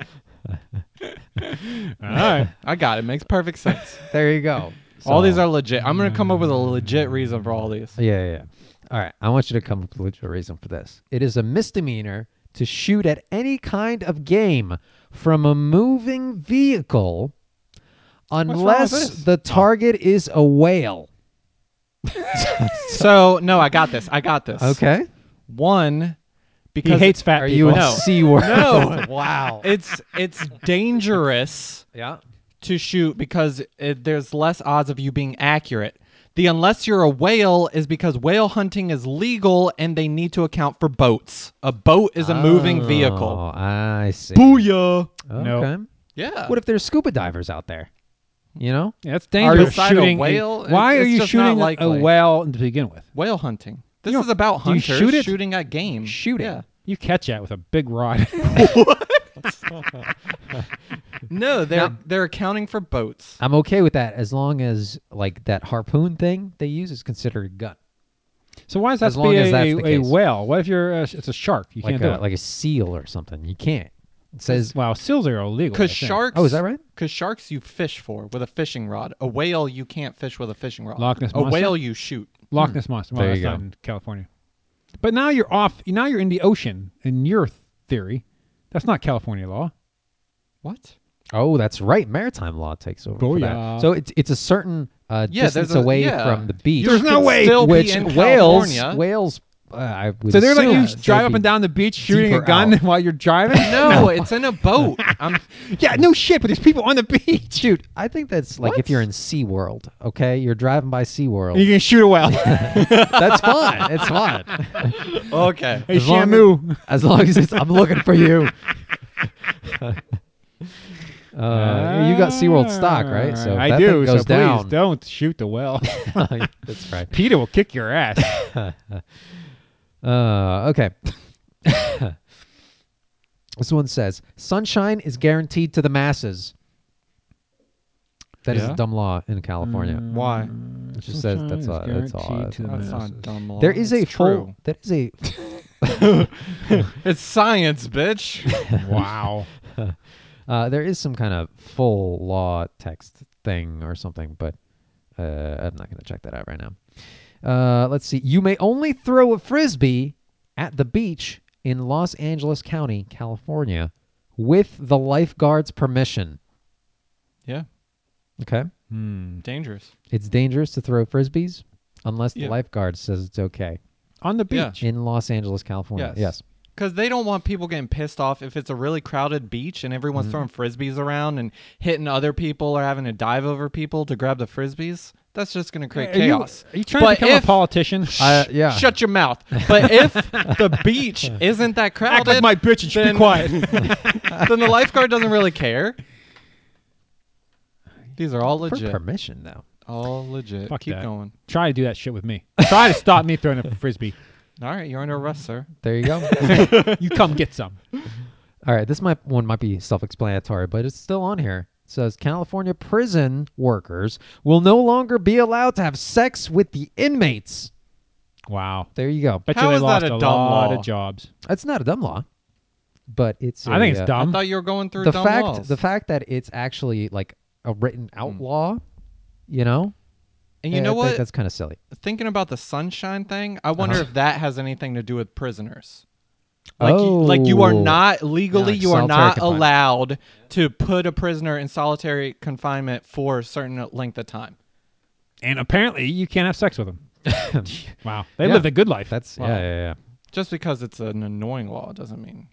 All right.
I got it. Makes perfect sense.
there you go.
all
So-
these are legit. I'm going to come up with a legit reason for all these.
Yeah, yeah, yeah. All right. I want you to come up with a reason for this. It is a misdemeanor to shoot at any kind of game from a moving vehicle
with
unless
this?
the target is a whale.
So, no, I got this. I got this.
Okay.
One,
He
because
hates fat
Are
people.
you a
No.
C word?
No.
wow.
it's it's dangerous
Yeah.
to shoot because it, there's less odds of you being accurate. The unless you're a whale is because whale hunting is legal and they need to account for boats. A boat is a moving
Oh,
vehicle.
I see.
Booyah.
No.
Okay.
Yeah.
What if there's scuba divers out there? You know?
Yeah, that's dangerous.
beside a
shooting
whale,
why
it's-
are
it's
you
just not
shooting a
likely.
whale to begin with?
whale hunting. This
You
is about
do you
hunters
shoot it?
shooting at game.
Shooting.
Yeah.
You catch that with a big rod.
No, they're they're accounting for boats.
Oh,
I'm okay with that as long as like that harpoon thing they use is considered a gun.
so why is that
As long
be
as
a,
that's
a-
the
a
case.
whale? What if you're a, it's a shark? You
like
can't do
a,
it.
like a seal or something. You can't. It says
wow, seals are illegal.
Because
I think.
sharks.
Oh, is that right?
Because sharks you fish for with a fishing rod. A whale you can't fish with a fishing rod.
Loch Ness
a
Monster?
whale you shoot. Hmm.
Loch Ness monster. Well,
There
that's
you go.
not in California. But now you're off. Now you're in the ocean. In your th- theory, that's not California law.
What?
Oh, that's right. Maritime law takes over.
Oh,
for that.
Booyah.
So it's it's a certain uh,
Yeah, there's
distance
a-
away
yeah.
from the beach.
There's no way. still be
Which
in
whales?
California.
Whales. Uh, I would
So they're like
assume
you
they'd
drive up
be-
and down the beach shooting a
deeper
gun
out.
while you're driving.
No, it's in a boat. I'm
yeah, no shit. But there's people on the beach.
Dude, I think that's like if
What?
you're in SeaWorld, okay? You're driving by SeaWorld.
And you can shoot a whale.
that's fine. It's fine.
okay.
hey,
As long
Shamu.
As long as it's, I'm looking for you. Uh, you got SeaWorld stock, right? So if
I
that
do.
Thing goes
so
down.
please don't shoot the whale.
that's right.
Peter will kick your ass.
Uh, okay. this one says sunshine is guaranteed to the masses. That is
Yeah?
a dumb law in California.
Why?
It just says that's all. That's all. that's all.
That's not dumb law.
There is a
It's
full.
true.
There is a.
It's science, bitch.
wow.
Uh, there is some kind of full law text thing or something, but uh, I'm not going to check that out right now. Uh, let's see. You may only throw a frisbee at the beach in Los Angeles County, California, with the lifeguard's permission.
yeah,
Okay.
dangerous.
It's dangerous to throw frisbees unless the
Yeah.
lifeguard says it's okay
On the beach.
Yeah.
in Los Angeles, California.
Yes. because they don't want people getting pissed off if it's a really crowded beach and everyone's throwing frisbees around and hitting other people or having to dive over people to grab the frisbees. That's just going to create
Are you-
chaos.
Are you trying
But
to become
if-
a politician?
I- yeah.
Shut your mouth. But if the beach isn't that crowded,
bitch and
should be Then-
quiet.
then the lifeguard doesn't really care. These are all
For
legit.
permission, though.
all legit.
Fuck
Keep
that.
going.
Try to do that shit with me. Try to stop me throwing a frisbee.
All right, you're under arrest, sir.
There you go.
You come get some.
All right, this might one might be self-explanatory, but it's still on here. It says California prison workers will no longer be allowed to have sex with the inmates.
Wow.
There you go.
Bet
How
you they
is that
lost
a
a,
dumb
lot
law?
of jobs.
That's not a dumb law, but it's.
I think
a,
it's
uh,
I
dumb.
thought you were going through
The
dumb
fact,
laws.
the fact that it's actually like a written outlaw, you know.
and you
I-
know
I think
what?
That's kind of silly.
Thinking about the sunshine thing, I wonder
Uh-huh.
if that has anything to do with prisoners. Like,
Like
you,
oh,
like you are not legally,
like
you are
solitary
not
confinement.
allowed to put a prisoner in solitary confinement for a certain length of time.
and apparently, you can't have sex with them. wow. They
Yeah.
lived a good life.
That's
Wow.
yeah, yeah, yeah.
Just because it's an annoying law doesn't mean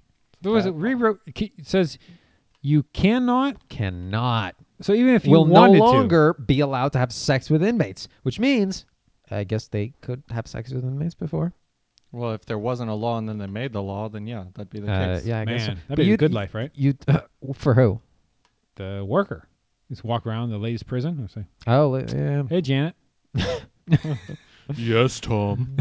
There
Uh,
was a rewrote. It says you cannot.
Cannot.
So even if you
will no
wanted to,
longer be allowed to have sex with inmates, which means, I guess they could have sex with inmates before.
Well, if there wasn't a law and then they made the law, then yeah, that'd be the
Uh,
case.
yeah, I guess. so.
man,
But
that'd be a
you'd-
good life, right?
You for who?
The worker just walk around the lady's prison and say,
Oh, li- yeah.
"Hey, Janet,
Yes, Tom.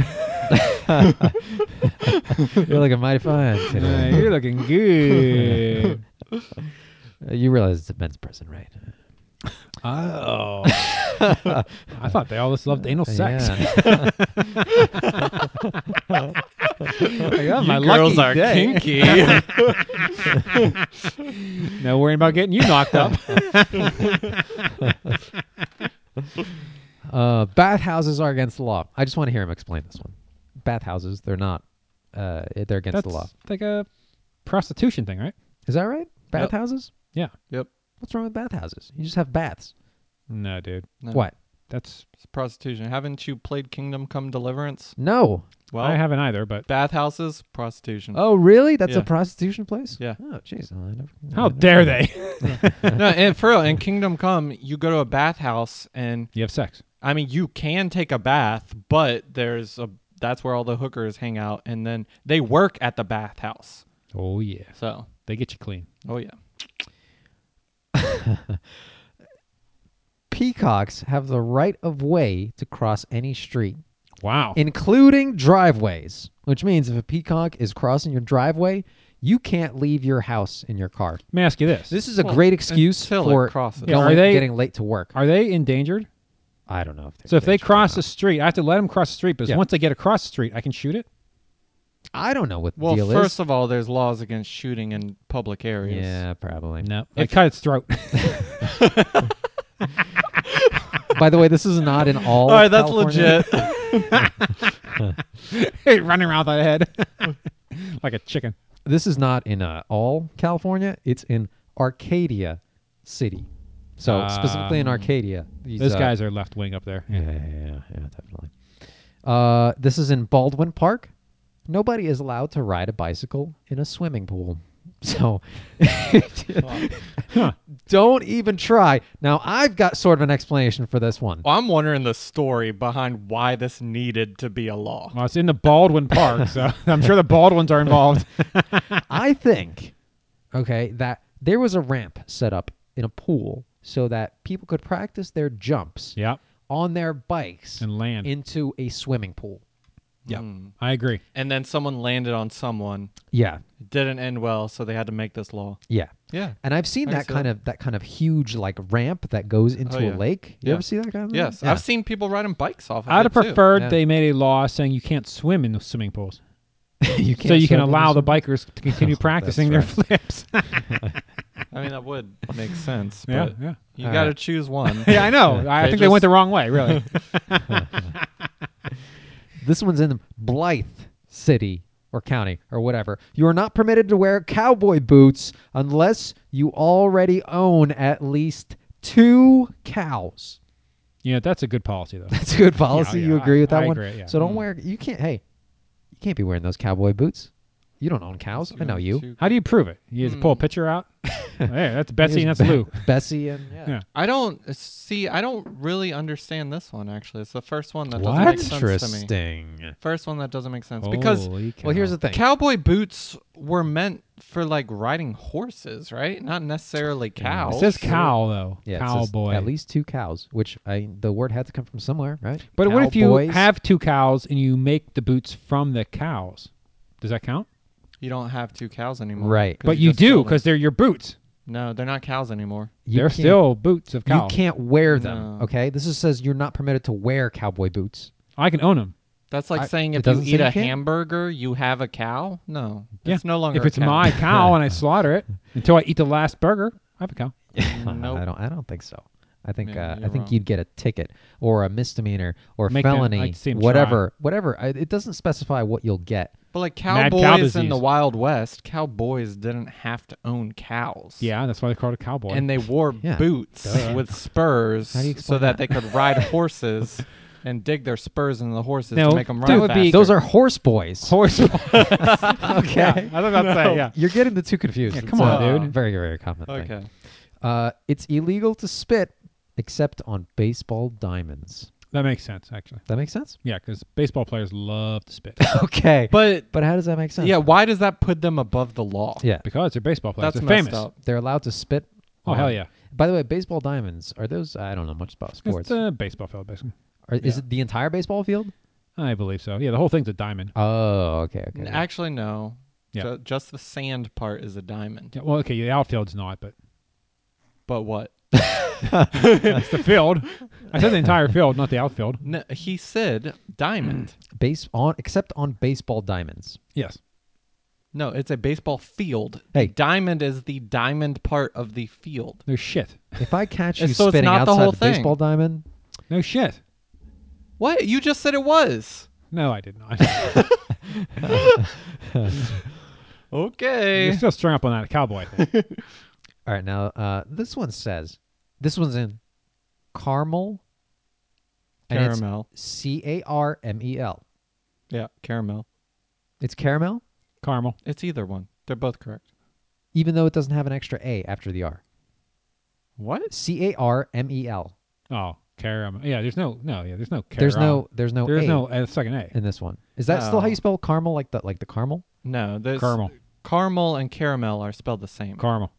You're looking mighty fine
uh,
today.
you're looking good."
Uh, you realize it's a men's prison, right?
oh, I thought they all just loved anal sex.
Yeah.
Yeah, my
My girls
lucky
are
day.
kinky.
No worrying about getting you knocked up.
Uh, bathhouses are against the law. I just want to hear him explain this one. Bathhouses, they're not. Uh, they're against
That's
the law.
like a prostitution thing, right?
Is that right? Bathhouses?
Yeah.
yep.
What's wrong with bathhouses? You just have baths.
No, dude.
No,
What?
That's
It's prostitution. Haven't you played Kingdom Come Deliverance?
No.
Well,
I haven't either. But
bathhouses, prostitution.
Oh, really? That's a
Mm. Yeah.
prostitution place?
Yeah.
Oh, jeez. Oh, I never- I
how
never-
dare they?
no, and for real, in Kingdom Come, you go to a bathhouse, and
you have sex.
I mean, you can take a bath, but there's a that's where all the hookers hang out, and then they work at the bathhouse.
Oh yeah,
So,
they get you clean.
oh yeah,
Peacocks have the right of way to cross any street,
Wow.
including driveways, which means if a peacock is crossing your driveway, you can't leave your house in your car.
Let me ask you this:
This is a great excuse
until it
for
crosses.
going-
Yeah, are they-
getting late to work.
Are they endangered?
I don't know if they're
So if they
dangerous or
cross the
not.
street, I have to let them cross the street. But
Yeah.
once they get across the street, I can shoot it.
I don't know what the
Well,
deal
first
is.
of all, there's laws against shooting in public areas.
yeah, probably.
No, I cut its throat.
By the way, this is not in all.
All right, that's
California.
legit.
It running around without a head, like a chicken.
This is not in uh, all California. It's in Arcadia City. So specifically in
Um,
Arcadia, these
Those
uh,
guys are left wing up there.
Yeah, yeah, yeah, yeah, definitely. Uh, this is in Baldwin Park. Nobody is allowed to ride a bicycle in a swimming pool. So don't even try. Now, I've got sort of an explanation for this one.
Well, I'm wondering the story behind why this needed to be a law.
Well, it's in the Baldwin Park, so I'm sure the Baldwins are involved.
I think, okay, that there was a ramp set up in a pool so that people could practice their jumps
yeah,
on their bikes
and land.
into a swimming pool.
yeah, I agree.
And then someone landed on someone.
Yeah.
It didn't end well, so they had to make this law.
Yeah.
Yeah.
And I've seen
I
that
see
kind
that.
of that kind of huge like ramp that goes into
yeah.
a lake. You
Yeah.
ever see that kind of thing?
Yes,
Yeah.
I've seen people riding bikes off. Of
I'd have
it too.
preferred
Yeah.
they made a law saying you can't swim in the swimming pools,
you
so you can
swim in
allow the
swim-
bikers to continue practicing their
right.
flips.
I mean, that would make sense.
yeah,
but
yeah.
You
All
got to
right.
choose one.
Yeah, I know. I, I
They
think they went
just-
the wrong way, really.
This one's in Blythe City or county or whatever. You are not permitted to wear cowboy boots unless you already own at least two cows.
you know, that's a good policy, though.
That's good policy.
yeah,
you agree with
I-
that
I
one?
agree, yeah.
So don't wear you can't hey, you can't be wearing those cowboy boots. You don't own cows. I know you.
How do you prove it? You just pull a picture out. hey, that's Betsy and that's
Here's
Lou.
Be- Bessie and yeah.
Yeah.
I don't uh, see. I don't really understand this one. Actually, it's the first one that doesn't make sense to me.
Interesting.
First one that doesn't make sense because
Holy cow.
Well, here's the thing.
cowboy boots were meant for like riding horses, right? Not necessarily cows.
It says cow though.
yeah, it says
Cowboy.
At least two cows, which I the word had to come from somewhere, right?
But what if you
Cowboys.
have two cows and you make the boots from the cows? Does that count?
You don't have two cows anymore,
Right.
'cause
But you
just
do
sold them.
because they're your boots.
no, they're not cows anymore.
You
they're
can't-
still boots of cow.
You can't wear them.
No.
Okay, this is, says you're not permitted to wear cowboy boots.
I can own them.
That's like
I-
saying
it
if you
doesn't say
eat
you
a
can't?
hamburger, you have a cow. No, it's no longer.
If
a
it's
cow.
my cow and I slaughter it until I eat the last burger, I have a cow.
I
Nope.
don't. I don't think so. I think
Yeah,
uh, I
you're
think
wrong.
you'd get a ticket or a misdemeanor or
Make them-
felony,
I'd see 'em
whatever, whatever. I, it doesn't specify what you'll get.
But like
Mad cow
cowboys in the
disease.
Wild West, cowboys didn't have to own cows.
Yeah, that's why they call it a cowboy.
And they wore
Yeah.
boots with spurs
How do you
so
explain
that they could ride horses and dig their spurs into the horses
No,
to make them
that
run
would be-
faster.
Those are horse boys.
horse.
okay,
I thought that's that. Yeah.
you're getting the two confused.
Yeah,
It's
come on,
a
dude.
Very, very common. thing.
Oh. okay.
Uh, it's illegal to spit except on baseball diamonds.
That makes sense actually.
That makes sense.
Yeah, because baseball players love to spit
Okay,
But
but how does that make sense?
yeah, why does that put them above the law?
yeah.
because they're baseball players.
that's
they're
messed
famous.
up.
They're allowed to spit.
Oh,
on-
hell yeah.
By the way, baseball diamonds are those? I don't know much about
It's
sports.
a baseball field, basically.
Are- Is it the entire baseball field?
I believe so. Yeah, the whole thing's a diamond.
Oh, okay, okay.
N- Actually, no.
Yeah.
Ju- just the sand part is a diamond.
Yeah, well, okay, the outfield's not, but
But what?
it's the field. I said the entire field, not the outfield.
No, he said diamond.
Base on except on baseball diamonds.
Yes.
no, it's a baseball field.
Hey.
Diamond is the diamond part of the field.
No shit.
If I catch you
And so it's
spitting
not the
outside
whole
the baseball diamond,
No shit.
What? You just said it was.
No, I did not.
Okay.
You're still strung up on that cowboy thing.
all right. Now uh, this one says this one's in caramel. and it's
Caramel.
C A R M E L.
Yeah, caramel.
It's caramel,
Caramel.
It's either one. They're both correct.
even though it doesn't have an extra A after the R.
What?
C A R M E L.
Oh, caramel. Yeah, there's no, no, yeah, there's no caramel.
There's no, there's no,
there's
A
no uh, second A.
in this one. Is that still how
No.
you spell caramel? Like the like the caramel?
No, there's
Caramel.
Caramel and caramel are spelled the same.
Caramel.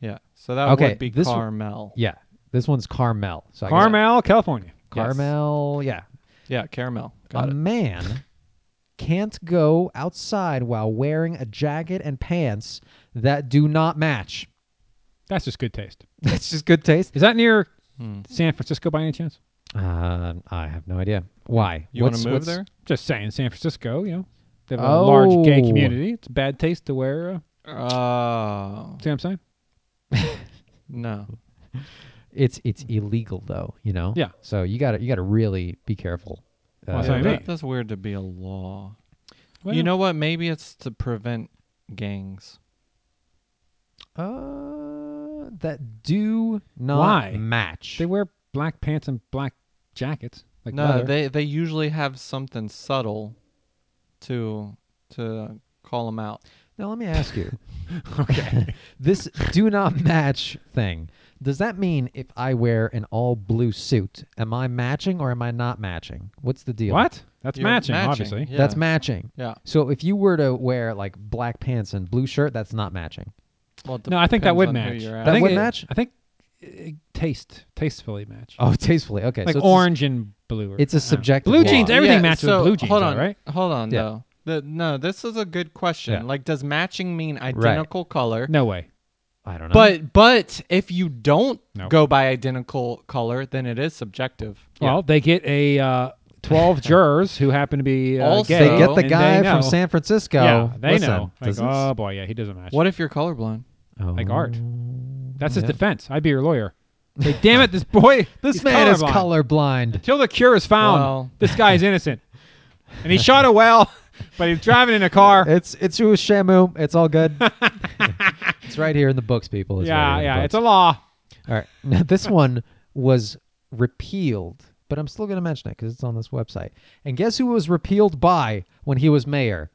yeah. So that
Okay,
would be
this w-
caramel.
Yeah. This one's Carmel. So I guess-
Carmel, California.
Carmel. Yeah.
yeah, caramel.
a
Got it.
man can't go outside while wearing a jacket and pants that do not match.
That's just good taste.
That's just good taste.
Is that near
Hmm.
San Francisco by any chance?
Uh, I have no idea why.
You want
What's-
to move
what's-
there?
Just saying, San Francisco, you know, they have a large gay
Oh.
community. It's bad taste to wear. Uh,
Oh
see what I'm saying?
no.
It's it's illegal though, you know.
Yeah.
So you got to you got to really be careful. Uh,
Well, that's what I
Yeah,
mean.
that- that's weird to be a law.
Well,
You know what? Maybe it's to prevent gangs.
uh, that do not
Why?
match.
they wear black pants and black jackets. Like
no,
leather.
they they usually have something subtle to to call them out.
Now let me ask you. okay. this do not match thing. Does that mean if I wear an all blue suit, am I matching or am I not matching? What's the deal?
What? That's
You're
matching, obviously.
Yeah.
That's matching.
Yeah.
So if you were to wear like black pants and blue shirt, that's not matching.
Well, it
No, I think that
depends
would
on who
match.
you're
I
at.
That
think
would
it-
match?
I think uh, taste, tastefully match.
Oh, tastefully. Okay.
like
so it's a-
orange and blue. or-
It's a
I don't know.
subjective
Blue
law.
jeans,
Yeah,
everything
yeah,
matches
so,
with blue jeans,
Hold
though,
on,
right?
Hold on,
Yeah.
though. The- no, this is a good question.
Yeah.
Like, does matching mean identical color?
No way.
I don't know.
But but if you don't
No.
go by identical color, then it is subjective.
Well, they get a uh, 12 jurors who happen to be uh,
Also-
gay.
they get the
and
guy
they know.
from San Francisco.
Yeah, they
Listen,
know. Like,
doesn't-
oh boy, yeah, he doesn't match.
What if you're colorblind?
Oh.
Like art. That's his
Yeah.
defense. I'd be your lawyer. Say, damn it, this boy, this
This
man
man is
colorblind.
colorblind.
Till the cure is found,
Well-
this guy is innocent. and he shot a whale, but he's driving in a car.
It's it's you, Shamu. It's all good. it's right here in the books, people. It's
yeah,
right here in the
yeah,
books.
it's a law.
All right. Now, this one was repealed, but I'm still going to mention it because it's on this website. And guess who it was repealed by when he was mayor?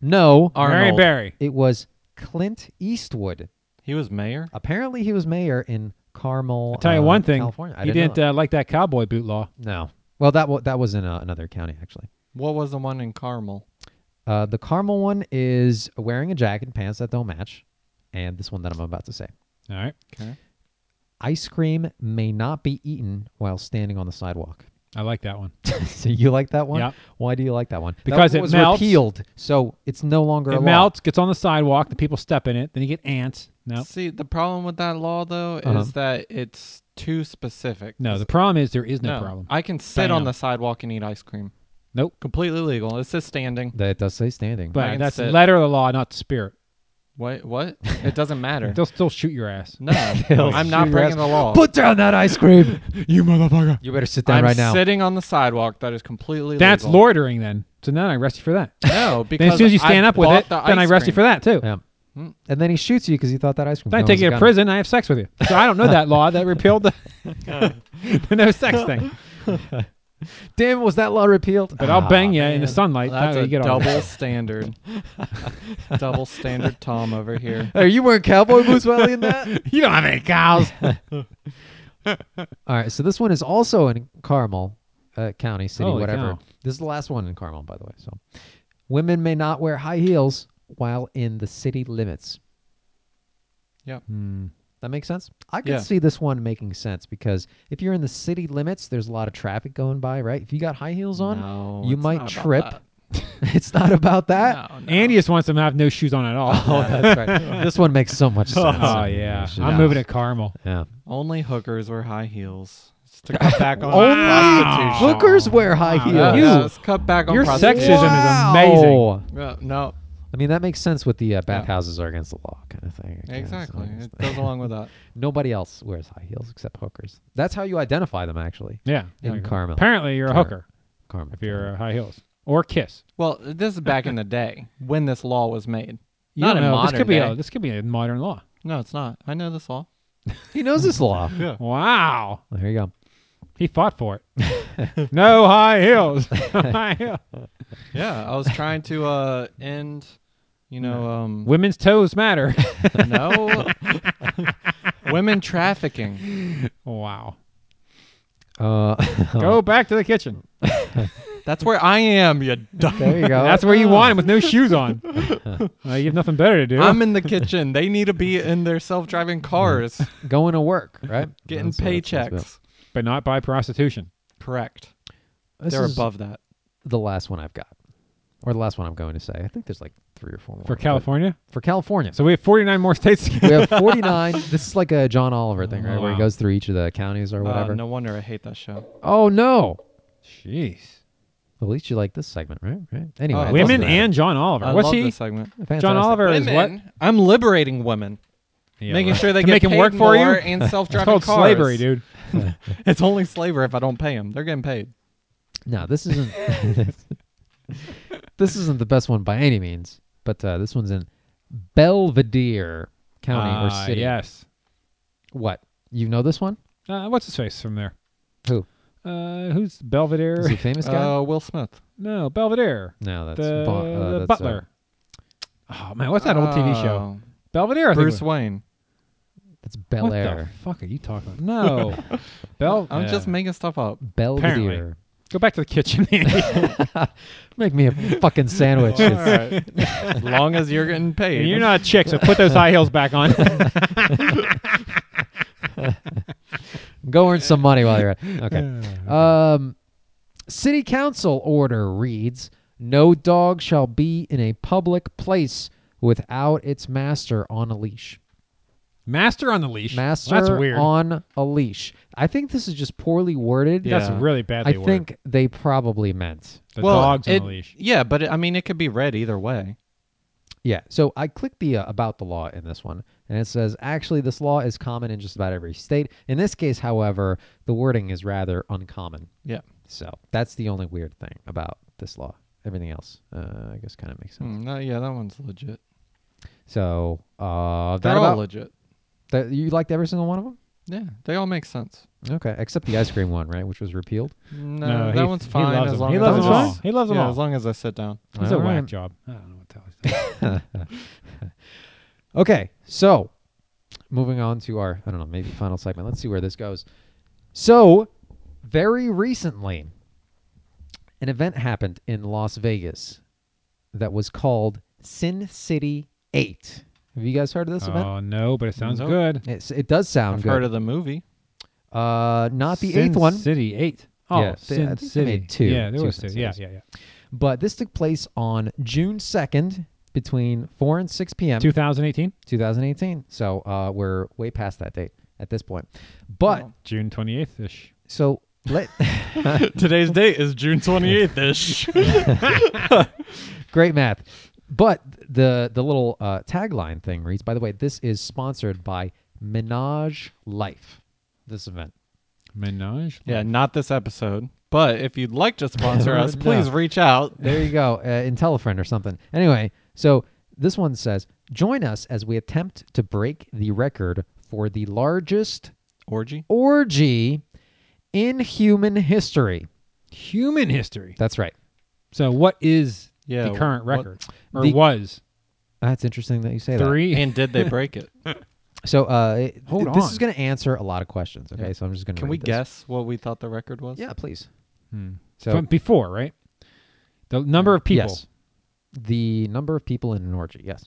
No,
Mary
Arnold.
Berry.
it was Clint Eastwood.
He was mayor.
Apparently, he was mayor in Carmel.
I'll tell you
uh,
one thing.
California. I
he
didn't.
didn't uh, like that cowboy boot law.
know. no. Well, that wa that was in uh, another county actually.
What was the one in Carmel?
Uh, the Carmel one is wearing a jacket and pants that don't match, and this one that I'm about to say.
All right.
Okay.
Ice cream may not be eaten while standing on the sidewalk.
I like that one.
so you like that one?
Yep.
Why do you like that one? That
Because
one
it
was
melts.
repealed, so it's no longer a
It
law.
melts, gets on the sidewalk, the people step in it, then you get ants. No.
See, the problem with that law though
Uh-huh.
is that it's too specific.
No, the
It's-
problem is there is no, problem.
I can sit
Bam.
on the sidewalk and eat ice cream.
Nope.
Completely legal. It says standing.
That it does say standing.
I
But
can
that's the
sit.
letter of the law, not the spirit.
What? What? It doesn't matter.
They'll still shoot your ass.
no,
They'll
I'm
shoot
not
your ass.
breaking the law.
Put down that ice cream.
You motherfucker.
you better sit down
I'm
right now.
sitting on the sidewalk. That is completely.
That's
legal.
loitering then. So now I arrest you for that.
No,
then
because
as soon as you stand
I
up with
bought
it,
the
then I
ice
arrest you
cream.
for that too.
Yeah.
Hmm.
And then he shoots you because he thought that ice cream.
Then I
no,
take
it's
you
a
to
gun.
prison. I have sex with you. So I don't know that law that repealed the, the no sex thing.
Damn, was that law repealed?
But I'll
Ah,
bang you in the
man.
sunlight. That
That's
way
a
you get all-
double standard. double standard, Tom over here.
Are you wearing cowboy boots while in that?
You don't have any cows.
All right, so this one is also in Carmel uh, County, city,
Holy
whatever.
cow.
This is the last one in Carmel, by the way. So, women may not wear high heels while in the city limits. Hmm.
Yep.
That makes sense. I can
Yeah.
see this one making sense because if you're in the city limits, there's a lot of traffic going by, right? If you got high heels on,
No,
you
it's
might
not about
trip.
that.
it's not about that.
No, no.
Andy just wants them to have no shoes on at all.
Oh, that's right. this one makes so much sense.
Oh yeah, I'm moving to Carmel.
Yeah.
Only hookers wear high heels. Just to cut back on
Only
prostitution.
hookers wear high
Wow,
heels.
Yeah,
You-
yeah, let's cut back on
your
prostitution.
sexism is amazing.
Wow.
Yeah,
Oh.
no,
I mean, that makes sense with the uh, bathhouses
Yeah.
are against the law kind of thing. I guess.
exactly.
Like,
It goes along with that.
Nobody else wears high heels except hookers. That's how you identify them, actually.
Yeah,
In
Like,
Carmel.
Apparently, you're a
Car-
hooker
Carmel.
if you're uh, high heels or kiss.
Well, this is back in the day when this law was made.
You
Not
don't
in
know. This
modern
could be
day.
a, this could be a modern law.
No, it's not. I know this law.
he knows this law.
Wow,
Well, here you go.
he fought for it. no high heels. high heel.
Yeah, I was trying to uh end, you know, um
Women's toes matter.
no women trafficking.
wow.
Uh,
Go back to the kitchen.
That's where I am, you dumb.
there you go.
That's where you want him with no shoes on. Uh, you have nothing better to do.
I'm in the kitchen. They need to be in their self-driving cars,
going to work, right?
getting
That's what it's about.
paychecks.
but not by prostitution.
Correct.
This
They're
is
above that.
the last one I've got, or the last one I'm going to say. I think there's like three or four more.
For
but-
California?
For California.
So we have 49 more states to
we
go.
have 49. this is like a John Oliver thing,
Oh,
right? Where he
wow.
goes through each of the counties or
Uh,
whatever.
no wonder I hate that show.
Oh, no.
Jeez.
At least you like this segment, right? Right. Anyway,
Oh,
it
Uh, Women
doesn't matter.
and John Oliver.
I
What's
love
he?
this segment.
Fantastic.
John Oliver is what?
Women, I'm liberating women,
Yeah,
making
right.
sure they
To
get
make 'em
paid
work for you?
more and
It's
self-driving
called
cars.
slavery, dude.
It's only slavery if I don't pay them. They're getting paid.
No, this isn't. this isn't the best one by any means, but uh, this one's in Belvedere County or
Ah,
city.
Yes.
What? You know this one?
Uh, what's his face from there?
Who?
Uh, who's Belvedere?
Is he a famous guy?
Uh, Will Smith.
no, Belvedere.
no, that's,
the,
Bon- uh,
the
that's, uh,
butler. oh man, what's that old TV show?
Oh,
Belvedere. I think it
Bruce
was.
Wayne.
that's
What
Bel
the
Air.
fuck are you talking about? No, Bel.
I'm just
Yeah.
making stuff up.
Belvedere.
Go back to the kitchen. Andy.
Make me a fucking sandwich.
All
It's-
right. as long as you're getting paid.
You're not a chick, so put those high heels back on.
Go earn some money while you're at. Okay. Um, city council order reads: No dog shall be in a public place without its master on a leash.
Master on the leash.
Master
That's weird.
on a leash. I think this is just poorly worded.
Yeah.
That's really
I
badly worded.
think they probably meant.
the
well,
dogs
it-
on the leash.
Yeah, but it, I mean, it could be read either way.
Yeah. So I clicked the uh, about the law in this one, and it says actually this law is common in just about every state. In this case, however, the wording is rather uncommon.
Yeah.
So that's the only weird thing about this law. Everything else, uh, I guess, kind of makes sense.
Hmm, no, yeah, that one's legit.
So uh,
They're
that
all
about
legit.
that, you liked every single one of them.
Yeah, they all make sense.
Okay, except the ice cream one, right, which was repealed.
No,
No,
that
he-
one's
he
fine
loves
as
them.
long
He
as
loves
I
them
sit-
all. He loves them
yeah,
all.
as long as I sit down.
He's a
All
whack
right.
job. I don't know what to tell you.
Okay, so moving on to our, I don't know, maybe final segment. Let's see where this goes. So, very recently, an event happened in Las Vegas that was called Sin City 8. Have you guys heard of this event?
Oh no, but it sounds
Nope.
good.
It's, it does sound
Oh. I've
good.
heard of the movie.
uh, not the
Sin
eighth one,
City eight. Oh,
Yeah, they- I
Sin
think they
City.
made two-
Yeah, there
two
was
Sin
two. Yeah, yeah,
Cities.
yeah.
but this took place on June 2nd between 4 and 6 p.m.
2018,
2018. So uh, we're way past that date at this point. But
June 28th ish.
so let
Today's date is June 28th ish.
great math. But the the little uh, tagline thing reads. By the way, this is sponsored by Menage Life. This event.
Menage.
yeah, not this episode. But if you'd like to sponsor us,
No.
please reach out.
There you go. Uh, in Telefriend or something. Anyway, so this one says, "Join us as we attempt to break the record for the largest
Orgy.
orgy in human history."
Human history.
That's right.
So what is
Yeah,
the current
what-
record or
The-
was
That's interesting that you say that.
three?
And did they break it?
So uh, it-
Hold
this
on.
is going to answer a lot of questions. Okay, so I'm just going to
Can we guess what we thought the record was?
Yeah, please.
Hmm.
So
From before, right? The number of people.
Yes. The number of people in an orgy. Yes.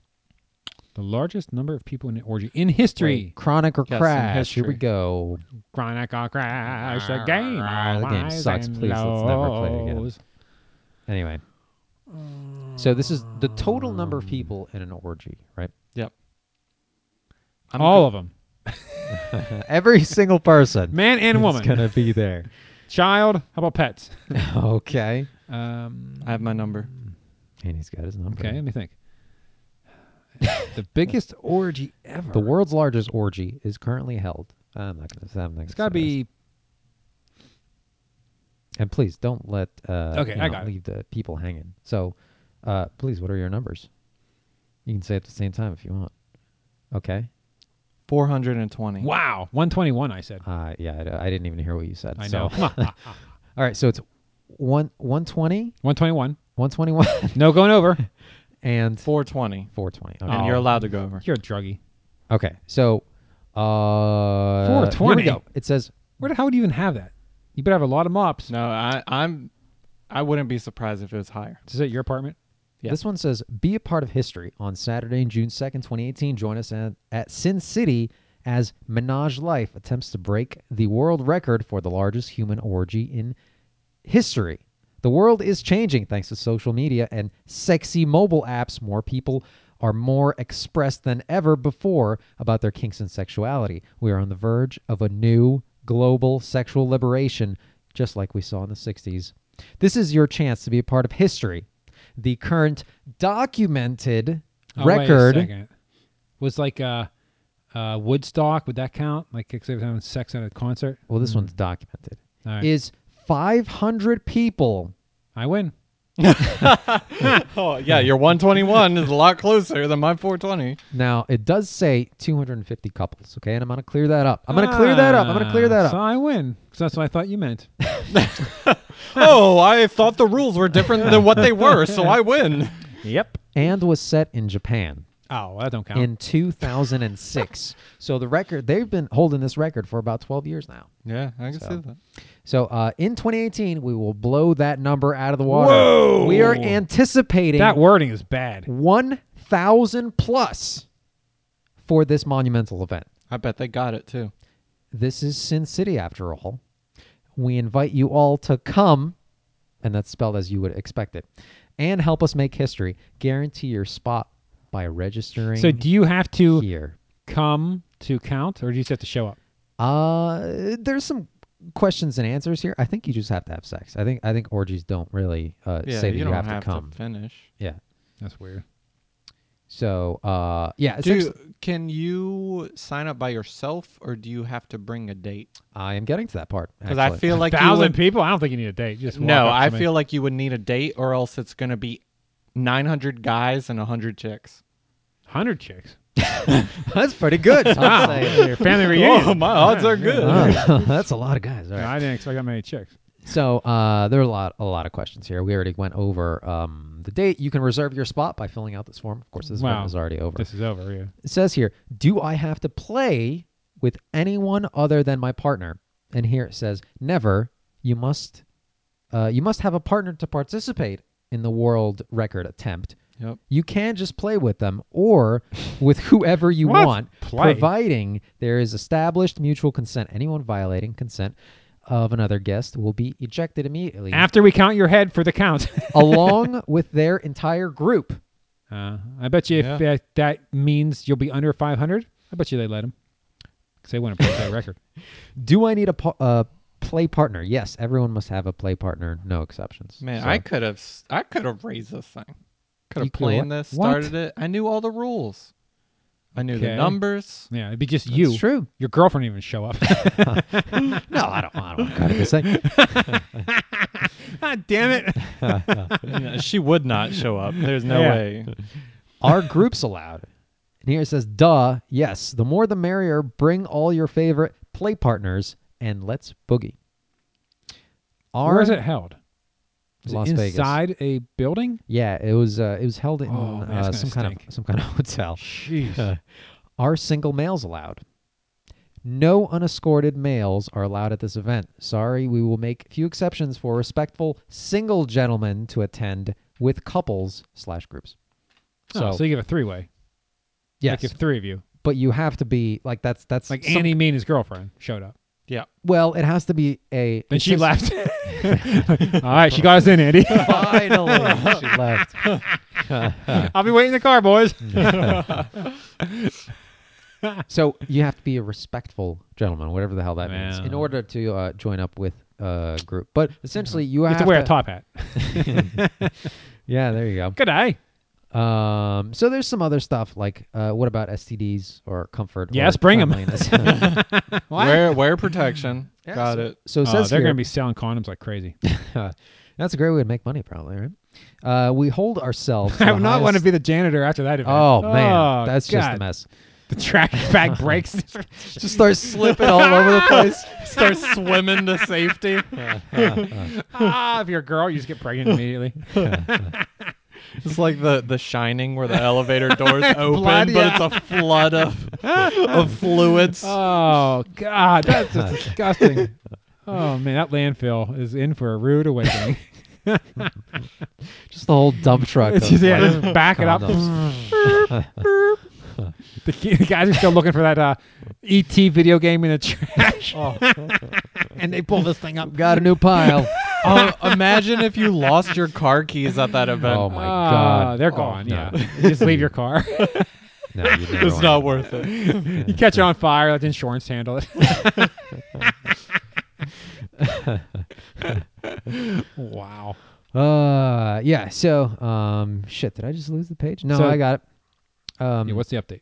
The largest number of people in an orgy in history.
Like chronic or
Yes, in
crash. Here we
history.
go.
Chronic or crash. The game.
Ah, The game
lies
sucks.
and
Please, let's never play it again.
lows.
Anyway. So this is the total number of people in an orgy, right?
Yep. I'm
All
go-
of them,
Every single person
man and
is
woman,
going to be there.
child. How about pets?
okay.
Um,
I have my number.
And he's got his number.
okay, let me think. the biggest orgy ever.
The world's largest orgy is currently held. I'm not going to. I'm not
It's got to be
And please don't let uh,
Okay,
you
I
know,
got it.
leave the people hanging. So, uh, please, what are your numbers? You can say at the same time if you want. Okay.
420.
wow, 121. I said.
Uh, yeah, I, d- I didn't even hear what you said.
I
so-
know.
All right, so it's one 120,
121.
121,
No going over.
and
420.
420. Okay.
Oh.
Oh.
And you're allowed to go over.
You're a druggie.
okay, so uh, Here
420?
we go. It says
Where the hell would you even have that? You better have a lot of mops.
No, I, I'm. I wouldn't be surprised if it was higher.
Is it your apartment?
Yeah.
This one says, "Be a part of history on Saturday, June second, twenty eighteen. Join us at, at Sin City as Menage Life attempts to break the world record for the largest human orgy in history. The world is changing thanks to social media and sexy mobile apps. More people are more expressed than ever before about their kinks and sexuality. We are on the verge of a new global sexual liberation, just like we saw in the '60s. This is your chance to be a part of history." the current documented
Oh, wait a
record.
second. Was like uh, uh, Woodstock. Would that count? Like if they were having sex at a concert.
Well, this
Hmm.
one's documented.
All right.
Is 500 people.
I win.
Oh yeah, your 121 is a lot closer than my 420.
Now, it does say 250 couples, okay? And I'm going to clear that up. I'm going to clear that up. I'm going to clear that
Ah, So
up.
I win because that's what I thought you meant.
oh, I thought the rules were different than what they were, so I win.
yep.
And was set in Japan
Oh, well, that don't count.
in 2006. so the record, they've been holding this record for about 12 years now.
Yeah, I can
So.
see that.
So uh, in 2018, we will blow that number out of the water.
Whoa!
We are anticipating
that wording is bad.
1,000 plus for this monumental event.
I bet they got it too.
This is Sin City after all. We invite you all to come, and that's spelled as you would expect it, and help us make history. Guarantee your spot by registering
So do you have to
here.
come to count, or do you just have to show up?
Uh, there's some questions and answers here. I think you just have to have sex. I think I think orgies don't really uh,
Yeah,
say that
you
you,
don't
have, to come.
finish.
yeah.
That's weird.
So uh, yeah, it's
Do
actually-
can you sign up by yourself, or do you have to bring a date?
I am getting to that part
Because I
actually.
feel like you
Thousand
would,
people. I don't think you need a date. You Just walk
no,
up to
I
somebody.
feel like you would need a date, or else it's gonna be 900 guys and 100 chicks.
hundred chicks.
That's pretty good. so
Wow.
I'm saying.
Your family reunion.
Oh, my odds are good.
Oh, that's a lot of guys. All
No,
right.
I didn't expect that many chicks.
So uh, there are a lot, a lot of questions here. We already went over um, the date. You can reserve your spot by filling out this form. Of course, this
Wow.
one is already over.
This is over. Yeah.
It says here, do I have to play with anyone other than my partner? And here it says, never. You must, uh, you must have a partner to participate in the world record attempt.
Yep.
You can just play with them or with whoever you
What?
want,
Play?
providing there is established mutual consent. Anyone violating consent of another guest will be ejected immediately,
After we count your head for the count.
along with their entire group.
Uh, I bet you if that, that means you'll be under 500, I bet you they let him. Because they want to break that record.
Do I need a pa- uh, play partner? Yes, everyone must have a play partner, no exceptions.
Man,
So-
I could have I could have raised this thing. Could
You
have
coulda
planned
what?
this,
What?
started it. I knew all the rules. I knew
Okay.
the numbers.
Yeah, it'd be just
It's
you.
true.
Your girlfriend didn't even show up.
No, I don't. I don't want to cut it this thing.
God damn it.
she would not show up. There's no
Yeah.
way.
Are groups allowed? And here it says, "Duh, yes. The more the merrier. Bring all your favorite play partners and let's boogie." Are
Where is it held? Is
Las
it
Vegas.
inside a building?
Yeah, it was. Uh, it was held in
Oh, man, that's
uh,
gonna
some kind
stink.
of some kind of hotel. Uh,
Jeez.
Are single males allowed? No unescorted males are allowed at this event. Sorry, we will make few exceptions for respectful single gentlemen to attend with couples slash groups.
Oh, so,
So,
so you give a three way.
yes,
Like if three of you.
but you have to be like that's that's
Like
some-
Annie, me, and his girlfriend showed up.
Yeah.
Well, it has to be a.
Then
it
she
says-
left. All right, she got us in, Andy.
Finally, she left.
I'll be waiting in the car, boys.
So you have to be a respectful gentleman, whatever the hell that means, in
Yeah.
order to uh, join up with a group. But essentially, you,
You
have,
have to wear a top hat.
Yeah, there you go.
Good day.
Um, so there's some other stuff like uh, what about STDs or comfort?
Yes,
or
bring 'em.
cleanliness?
Wear wear protection. Got it.
so it
Oh,
says
they're
here,
going to be selling condoms like crazy.
that's a great way to make money, probably, right? Uh, we hold ourselves. to
I
the
would not
highest-
want to be the janitor after that event.
Oh man,
Oh,
that's just a
God.
mess.
The trash bag breaks.
Just start slipping all over the place.
Start swimming to safety.
ah, if you're a girl, you just get pregnant immediately.
It's like the the shining where the elevator doors open, but it's a flood of of fluids.
Oh God, that's just disgusting. Oh man, that landfill is in for a rude awakening.
Just the whole dump truck.
It's
of,
just- yeah,
like,
just back it up.
condoms.
The, ki- the guys are still looking for that uh, ET video game in the trash,
Oh,
and they pull this thing up.
Got a new pile.
oh, imagine if you lost your car keys at that event.
Oh
uh,
my god,
Ah, they're
Oh,
gone.
no.
yeah, you just leave your car.
No, you never
it's
wanna-
not worth it.
you catch it on fire, let the insurance handle it. wow.
Uh, yeah. So, um, shit. Did I just lose the page? No,
So-
I got it. Um,
Yeah, what's the update?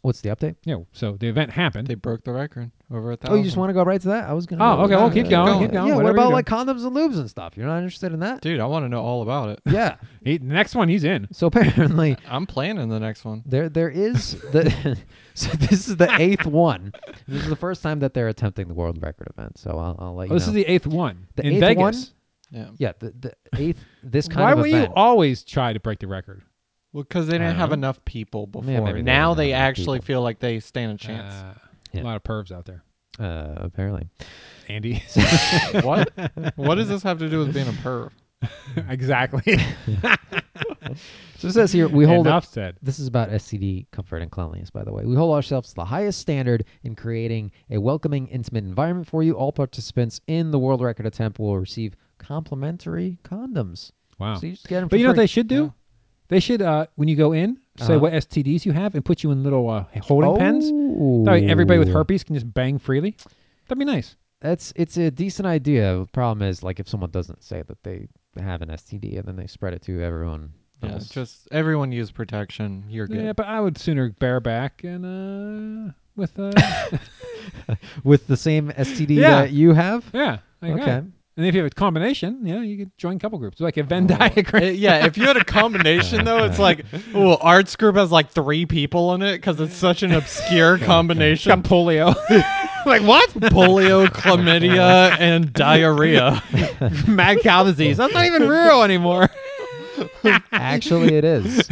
what's the update?
Yeah, so the event happened.
They broke the record over a
Oh,
thousand.
you just want to go right to that? I was gonna.
Oh,
go-
okay, well, keep going, keep going,
Yeah. What
whatever
about
you're
like condoms and lubes and stuff? You're not interested in that?
Dude, I want to know all about it.
yeah.
He, the next one, he's in.
So apparently,
I'm planning the next one.
There, there is the. so this is the eighth one. This is the first time that they're attempting the world record event. So I'll, I'll let you
Oh, this
know.
is the eighth one
The
in
eighth
Vegas.
one?
Yeah.
yeah, the, the eighth. This kind
Why
of
will
event.
you always try to break the record?
Well, because they didn't
I
have
dunno.
enough people before.
maybe they
now
didn't
they
have enough
actually
people.
feel like they stand a chance.
Uh,
Yeah.
A lot of pervs out there.
uh, apparently,
Andy.
what? What does this have to do with being a perv?
exactly.
so it says here we hold
Enough said.
This is about SCD comfort and cleanliness, by the way. We hold ourselves to the highest standard in creating a welcoming, intimate environment for you. All participants in the world record attempt will receive complimentary condoms.
Wow.
So you just get them.
But you know what they should do? They should, uh, when you go in, say
Uh-huh.
what STDs you have and put you in little uh, holding pens.
Oh.
That way everybody with herpes can just bang freely. That'd be nice.
That's it's a decent idea. The problem is like if someone doesn't say that they have an STD and then they spread it to everyone.
Yeah,
else.
just everyone use protection. You're good.
Yeah, but I would sooner bareback and uh, with uh,
with the same STD
Yeah.
that you have.
yeah. Like,
Okay.
And if you have a combination, you know, you could join couple groups, like a Venn
Oh.
diagram.
Uh, yeah, if you had a combination though, it's like, well, arts group has like three people in it because it's such an obscure combination.
polio,
like what? Polio, chlamydia, and diarrhea.
mad cow disease. That's not even real anymore.
Actually, it is.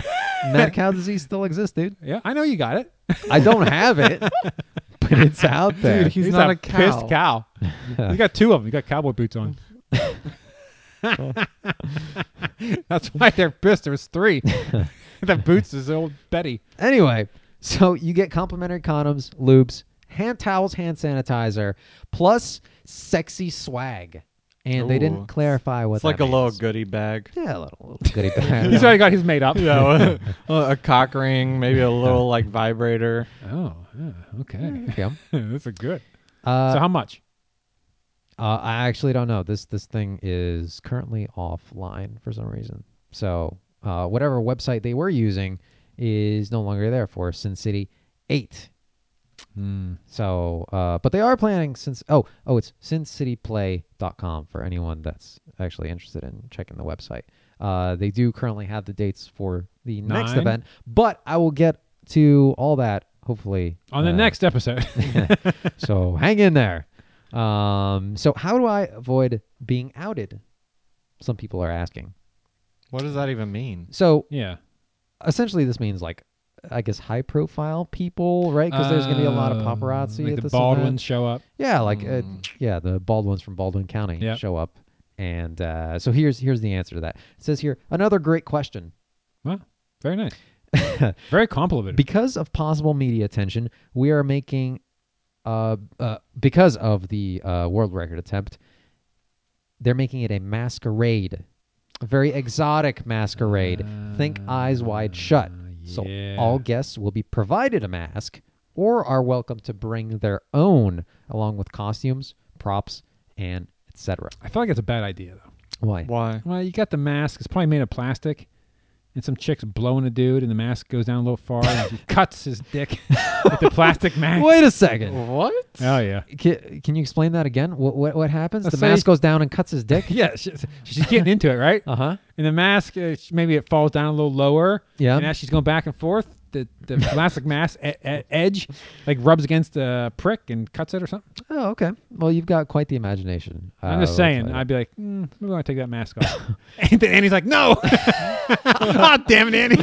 Mad cow disease still exists, dude.
Yeah, I know you got it.
I don't have it, but it's out there.
Dude, he's, not a, cow.
pissed cow. you got two of them. You got cowboy boots on. That's why they're pissed. There's three. the boots is old Betty.
Anyway, so you get complimentary condoms, lubes, hand towels, hand sanitizer, plus sexy swag. And they
Ooh.
didn't clarify what
It's like a
that
little
means.
goodie bag.
Yeah, a little, little goodie bag.
He's already got his made up.
Yeah, a cock ring, maybe a little like vibrator.
Oh, yeah, okay.
Yeah.
That's a good.
Uh,
so how much?
Uh, I actually don't know. This this thing is currently offline for some reason. So uh, whatever website they were using is no longer there for Sin City Eight.
Hmm.
So, uh, but they are planning since oh oh it's sincityplay.com for anyone that's actually interested in checking the website. Uh, they do currently have the dates for the next
Nine.
event, but I will get to all that hopefully
On the
uh,
next episode.
so hang in there. Um, so how do I avoid being outed? Some people are asking.
What does that even mean?
So
yeah.
essentially, this means like, I guess high profile people, right? Because there's gonna be a lot of
Um,
paparazzi at
Like the Hmm.
this
Baldwins
event.
show up.
Yeah, like uh, yeah, the Baldwin's from Baldwin County
Yep.
show up, and uh, so here's here's the answer to that. It says here another great question.
Wow. Very nice. Very complimentary.
because of possible media attention, we are making, uh, uh, because of the uh, world record attempt, they're making it a masquerade, a very exotic masquerade. Think eyes wide shut. So
Ah, yeah.
all guests will be provided a mask or are welcome to bring their own, along with costumes, props, and etc.
I feel like it's a bad idea though.
Why?
Why?
Well, you got the mask. It's probably made of plastic. And some chick's blowing a dude, and the mask goes down a little far, and he cuts his dick with the plastic mask.
Wait a second.
What?
Oh yeah,
Can, can you explain that again? What what, what happens?
Uh,
the
say-
mask goes down and cuts his dick.
yeah. She's, she's getting into it, right?
Uh huh.
And the mask, uh, sh- maybe it falls down a little lower.
Yeah.
And as she's going back and forth, the the plastic mask e- e- edge like rubs against the prick and cuts it or something.
Oh, okay. Well, you've got quite the imagination. Uh,
I'm just saying, I'd be like, mm, maybe I take that mask off. and then Andy's like, no. oh, damn it, Andy.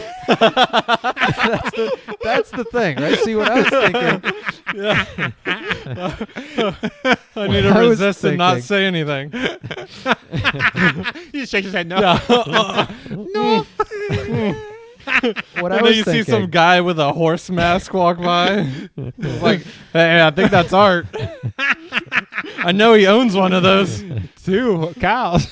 that's the thing, right? See what I was thinking.
I need
What
to
I was
resist and not
thinking.
say anything.
He just shakes his head no.
What I
And then
was
you
thinking.
see some guy with a horse mask walk by. It's like, hey, I think that's art. I know he owns one of those.
Two cows.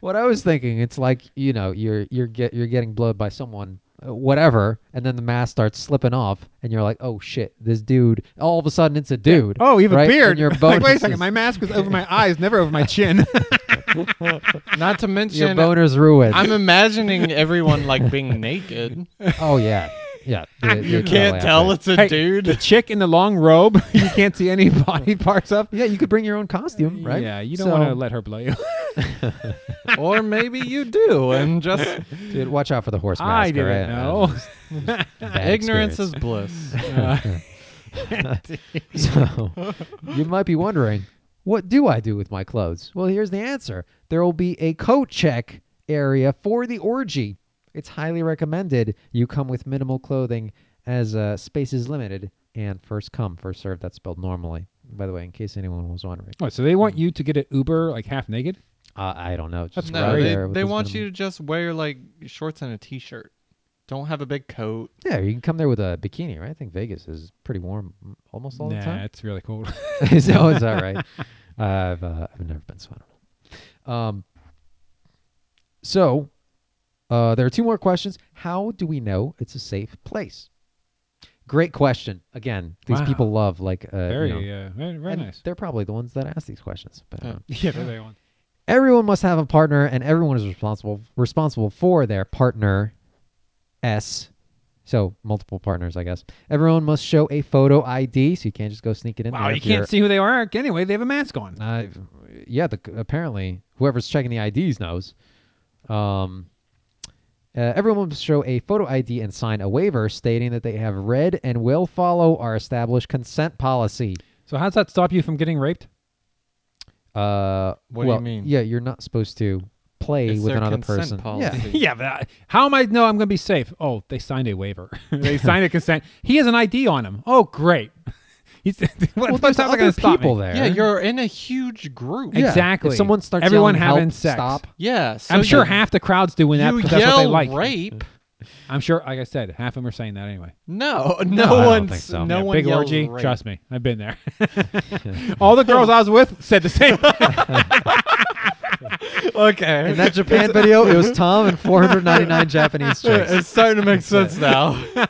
what I was thinking, it's like you know, you're you're get you're getting blowed by someone, uh, whatever, and then the mask starts slipping off, and you're like, oh shit, this dude. All of a sudden, it's a dude.
Oh, even
right?
beard.
And your
like, wait a
bonus
second,
is-
my mask was over my eyes, never over my chin.
Not to
your
mention,
boner's ruined.
I'm imagining everyone like being naked.
oh yeah, yeah.
You can't tell it's a
Hey, The
dude.
chick in the long robe, you can't see any body parts of.
Yeah, you could bring your own costume, right?
Yeah, you don't
So-
want to let her blow you.
or maybe you do, and just
Dude, watch out for the horse mask.
I
all
didn't
right?
know. Uh,
Bad
ignorance
experience.
is bliss.
So you might be wondering, what do I do with my clothes? Well, here's the answer there will be a coat check area for the orgy. It's highly recommended you come with minimal clothing as uh, space is limited and first come, first served. That's spelled normally, by the way, in case anyone was wondering.
What, so they want you to get an Uber like half naked?
Uh, I don't know. Just
No,
right
they,
there with
they
this
want you
minimum-
to just wear like shorts and a t-shirt. Don't have a big coat.
Yeah, you can come there with a bikini, right? I think Vegas is pretty warm mm, almost all the time.
Nah, it's really cool.
Uh, so is that right? I've uh, I've never been so I don't know. Um. So, uh, there are two more questions. How do we know it's a safe place? Great question. Again, these
Wow.
people love like uh, you
very,
know,
uh, very, very
and
nice.
They're probably the ones that ask these questions. But I
Yeah.
don't know.
Yeah, very one.
everyone must have a partner, and everyone is responsible responsible for their partner s So multiple partners, I guess. Everyone must show a photo ID, so you can't just go sneak it in.
Wow,
there
you
if you're-
can't see who they are anyway. They have a mask on.
Uh, yeah, the, apparently whoever's checking the IDs knows. Um, uh, everyone must show a photo ID and sign a waiver stating that they have read and will follow our established consent policy.
So how does that stop you from getting raped?
Uh,
What do you
well,
mean?
Yeah, you're not supposed to play
It's
with
their
another
consent
person. Yeah,
policy.
yeah, but I- how am I know I'm going to be safe? Oh, they signed a waiver. they signed a consent. He has an ID on him. Oh, great. He's what
well,
the fuck's
there's
that
other
gonna
people
stop me?
there.
Yeah, you're in a huge group.
Yeah.
Exactly.
If someone starts
Everyone
yelling,
having
"Help,
sex.
stop.
Yeah, so
I'm sure
you-
half the crowd's doing that
you
because
yell
that's what they like.
rape.
I'm sure, like I said, half of them are saying that anyway.
No, no,
I don't
one's
think so.
no
Yeah,
one
big
yells
orgy.
rape.
Trust me, I've been there. All the girls I was with said the same.
Okay,
In that Japan video, it was Tom and 499 Japanese chicks.
it's starting to make sense now.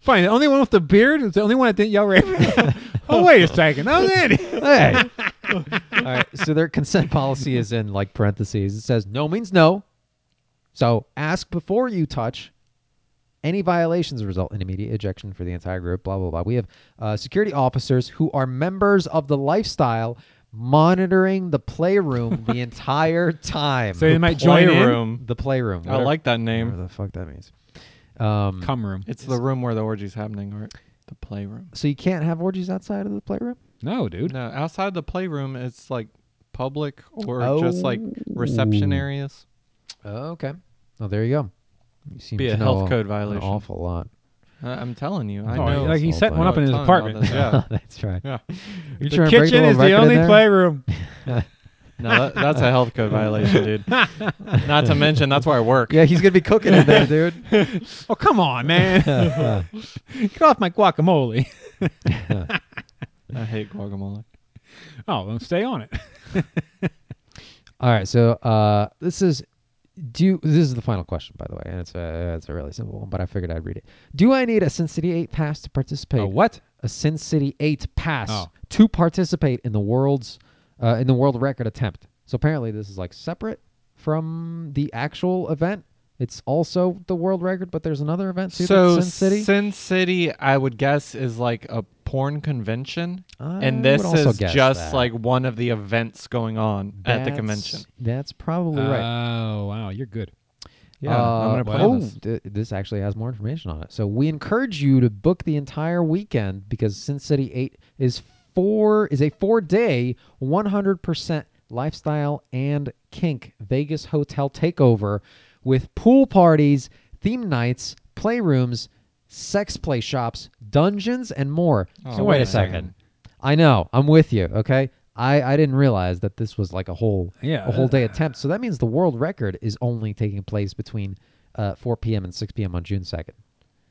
Fine, the only one with the beard was the only one that didn't yell rape. oh wait a second, that was it.
hey. All right. So their consent policy is in like parentheses. It says no means no. So ask before you touch. Any violations result in immediate ejection for the entire group. Blah blah blah. We have uh, security officers who are members of the lifestyle monitoring the playroom the entire time.
So they might join in.
room.
the playroom.
I
whatever-
like that
Whatever
name.
the fuck that means. Um,
Come room.
It's the room where the orgy's happening, or the playroom.
so you can't have orgies outside of the playroom.
No, dude.
No, outside the playroom, it's like public or
Oh.
just like reception areas.
Okay. Oh, there you go. You seem
Be
to
a
know
health code
an
violation.
awful lot.
I- I'm telling you, I
Oh,
know.
like he
Assault
set one up in his
Telling about
apartment.
this, Yeah,
That's right.
yeah.
You're
The kitchen is the only playroom.
No, that, that's a health code violation, dude. Not to mention that's where I work.
Yeah, he's gonna be cooking in there, dude.
Oh come on, man! Get off my guacamole.
I hate guacamole.
Oh, well, stay on it.
All right, so uh, this is do you, this is the final question, by the way, and it's a it's a really simple one, but I figured I'd read it. Do I need a Sin City Eight pass to participate?
A what?
A Sin City Eight pass
Oh.
to participate in the world's uh, in the world record attempt. So apparently, this is like separate from the actual event. It's also the world record, but there's another event too.
So
that's Sin City.
Sin City, I would guess, is like a porn convention,
I
and this
would also
is
guess
just
that.
like one of the events going on at the
That's-
convention.
That's probably right.
Oh wow, you're good.
Yeah, I'm
Uh,
gonna plan
oh,
this.
th- this actually has more information on it. So we encourage you to book the entire weekend because Sin City Eight is four is a four day, one hundred percent lifestyle and kink Vegas hotel takeover with pool parties, theme nights, playrooms, sex play shops, dungeons, and more. so
Oh,
wait a
man.
second. I know I'm with you. Okay. I, I didn't realize that this was like a whole
Yeah,
a whole day attempt. So that means the world record is only taking place between uh, 4 p.m. and 6 p.m. on June 2nd.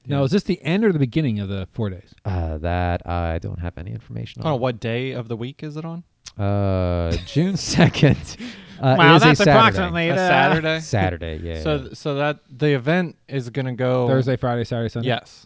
Now is this the end or the beginning of the four days?
Uh, that I don't have any information
Oh,
on.
what day of the week is it on?
Uh, June 2nd. Uh,
Oh. wow,
is a
that's
Saturday.
approximately
A Saturday.
Saturday, yeah.
So, so that the event is gonna go
Thursday, Friday, Saturday, Sunday.
Yes.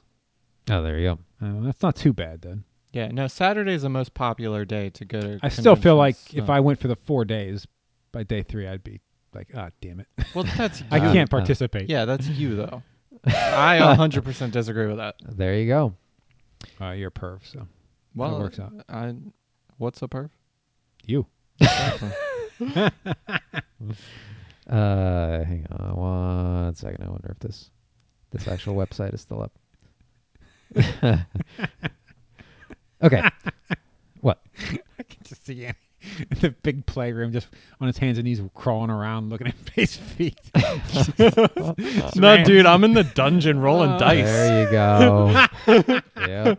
oh, there you go.
Oh, that's not too bad then.
Yeah. No, Saturday is the most popular day to go. to
I still feel like
conventions,
if
so-
I went for the four days, by day three I'd be like, ah, damn it,
well, that's
I
you.
can't participate.
Yeah, that's you though. I 100% disagree with that.
There you go.
Uh, you're a perv, so
Well,
works out.
I, what's a perv?
you.
Uh, hang on one second. I wonder if this this actual website is still up. okay. What?
I can just see Andy in the big playroom just on his hands and knees crawling around looking at his feet.
no, dude, I'm in the dungeon rolling
There you go. yeah.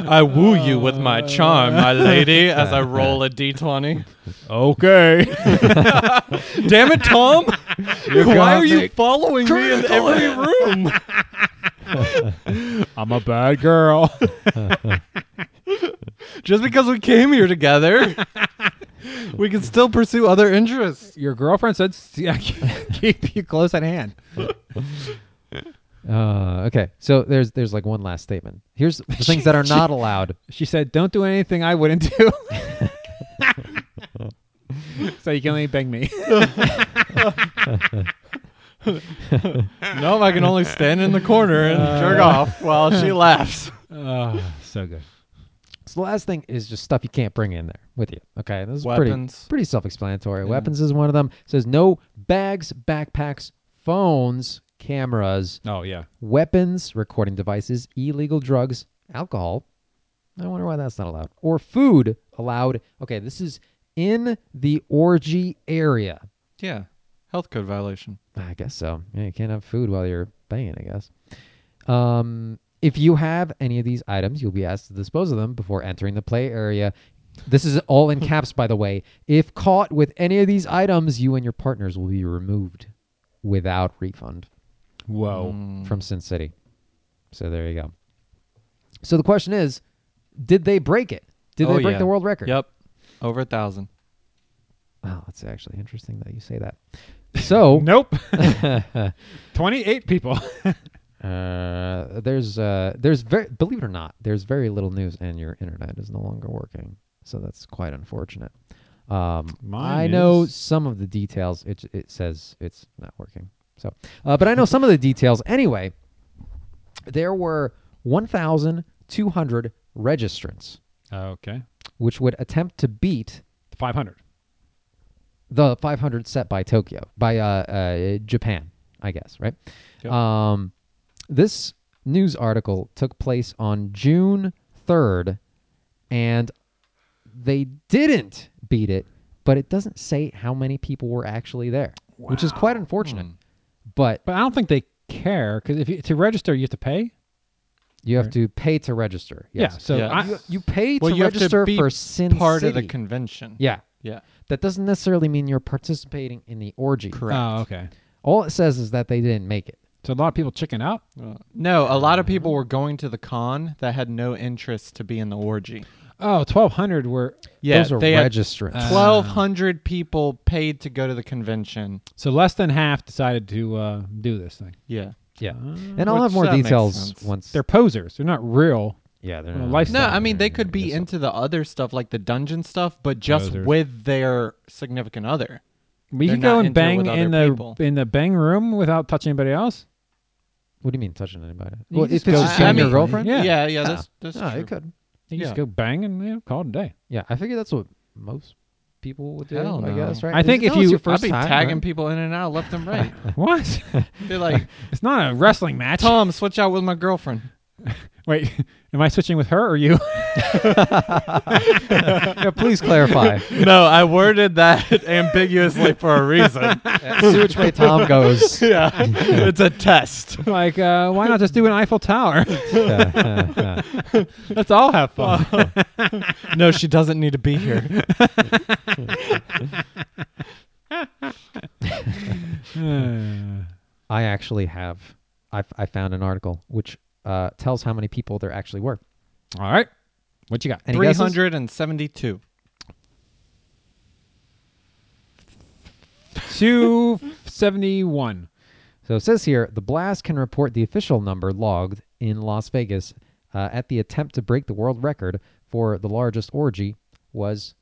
I woo you with my charm, my lady, as I roll a d20.
okay.
Damn it, Tom! Why are you
gothic.
following me in every room?
I'm a bad girl.
Just because we came here together, we can still pursue other interests.
Your girlfriend said "See, I can keep you close at hand.
Uh, okay. So there's there's like one last statement. Here's the things that are not allowed.
She said, Don't do anything I wouldn't do. so you can only bang me.
no, I can only stand in the corner and jerk off while she laughs.
Oh, so good.
So the last thing is just stuff you can't bring in there with you. Okay, this is
Weapons.
pretty pretty self-explanatory. Weapons is one of them. says no bags, backpacks, phones, cameras,
Oh yeah.
weapons, recording devices, illegal drugs, alcohol. I wonder why that's not allowed. Or food allowed. Okay, this is in the orgy area.
Yeah, health code violation.
I guess so. Yeah, you can't have food while you're banging, I guess. Um, if you have any of these items, you'll be asked to dispose of them before entering the play area. This is all in caps, by the way. If caught with any of these items, you and your partners will be removed without refund
Whoa.
Mm.
from Sin City. So there you go. So the question is, did they break it? Did
Oh,
they break
yeah.
the world record?
Yep, over a thousand.
Oh, that's actually interesting that you say that. So
Mm. Nope. Twenty-eight people.
Uh, there's uh, there's very believe it or not, there's very little news, and your internet is no longer working. So that's quite unfortunate. Um,
Mine
I know
is.
some of the details. It it says it's not working. So, uh, but I know some of the details anyway. There were 1,200 registrants
okay.
which would attempt to beat
Five hundred.
the 500 set by Tokyo by uh, uh, Japan, I guess, right?
Yep.
Um, this news article took place on June 3rd, and they didn't beat it, but it doesn't say how many people were actually there, which is quite
Hmm.
unfortunate. But
But I don't think they care because if you, to register you have to pay.
you have to pay to register. Yes.
Yeah. So
Yeah.
I,
You-
You pay to
well, you have
register
to be
for Sin
part of the
City.
convention.
yeah.
yeah.
That doesn't necessarily mean you're participating in the orgy.
Correct.
Oh, okay.
All it says is that they didn't make it.
So a lot of people chicken out.
Uh, no, a lot of people were going to the con that had no interest to be in the orgy.
Oh, 1,200 were.
Yeah,
Those are
they had Ah.
registrants.
Uh,
1,200 people paid to go to the convention.
So less than half decided to uh, do this thing.
Yeah.
Yeah, and I'll
Which
have more
that makes
details
sense.
once.
They're posers. They're not real.
yeah, they're
uh,
not-
life-
No,
Stuff.
I mean they could be into the other stuff like the dungeon stuff, but just
Others.
with their significant other.
We
They're
could go
not
and
into it
bang
with other
in the
people.
in the bang room without touching anybody else.
What do you mean touching anybody?
You
Well,
just
if it's
go
just
to-
you
I
and your
mean-
girlfriend,
Yeah,
Yeah.
yeah, Ah.
Yeah.
that's that's
no,
true.
it could.
You just
Yeah.
go bang and you know, call it a day.
Yeah, I figure that's what most people would do.
Hell
I
no.
guess right.
I think
Is it-
if
no, it's
you-
your
I'll
first
be
time,
tagging
right?
people in and out, left and right.
what?
They're like,
it's not a wrestling match.
Tom, switch out with my girlfriend.
Wait, am I switching with her or you?
Yeah, please clarify.
no, I worded that ambiguously for a reason.
See which way Tom goes.
yeah, it's a test.
like, uh, why not just do an Eiffel Tower?
Yeah.
Let's all have fun.
No, she doesn't need to be here.
Uh,
I actually have. I, f- I found an article which uh, tells how many people there actually were.
all right, what you got?
Any
Three
guesses?
hundred and seventy-two.
Two seventy-one.
So it says here the blast can report the official number logged in Las Vegas uh, at the attempt to break the world record for the largest orgy was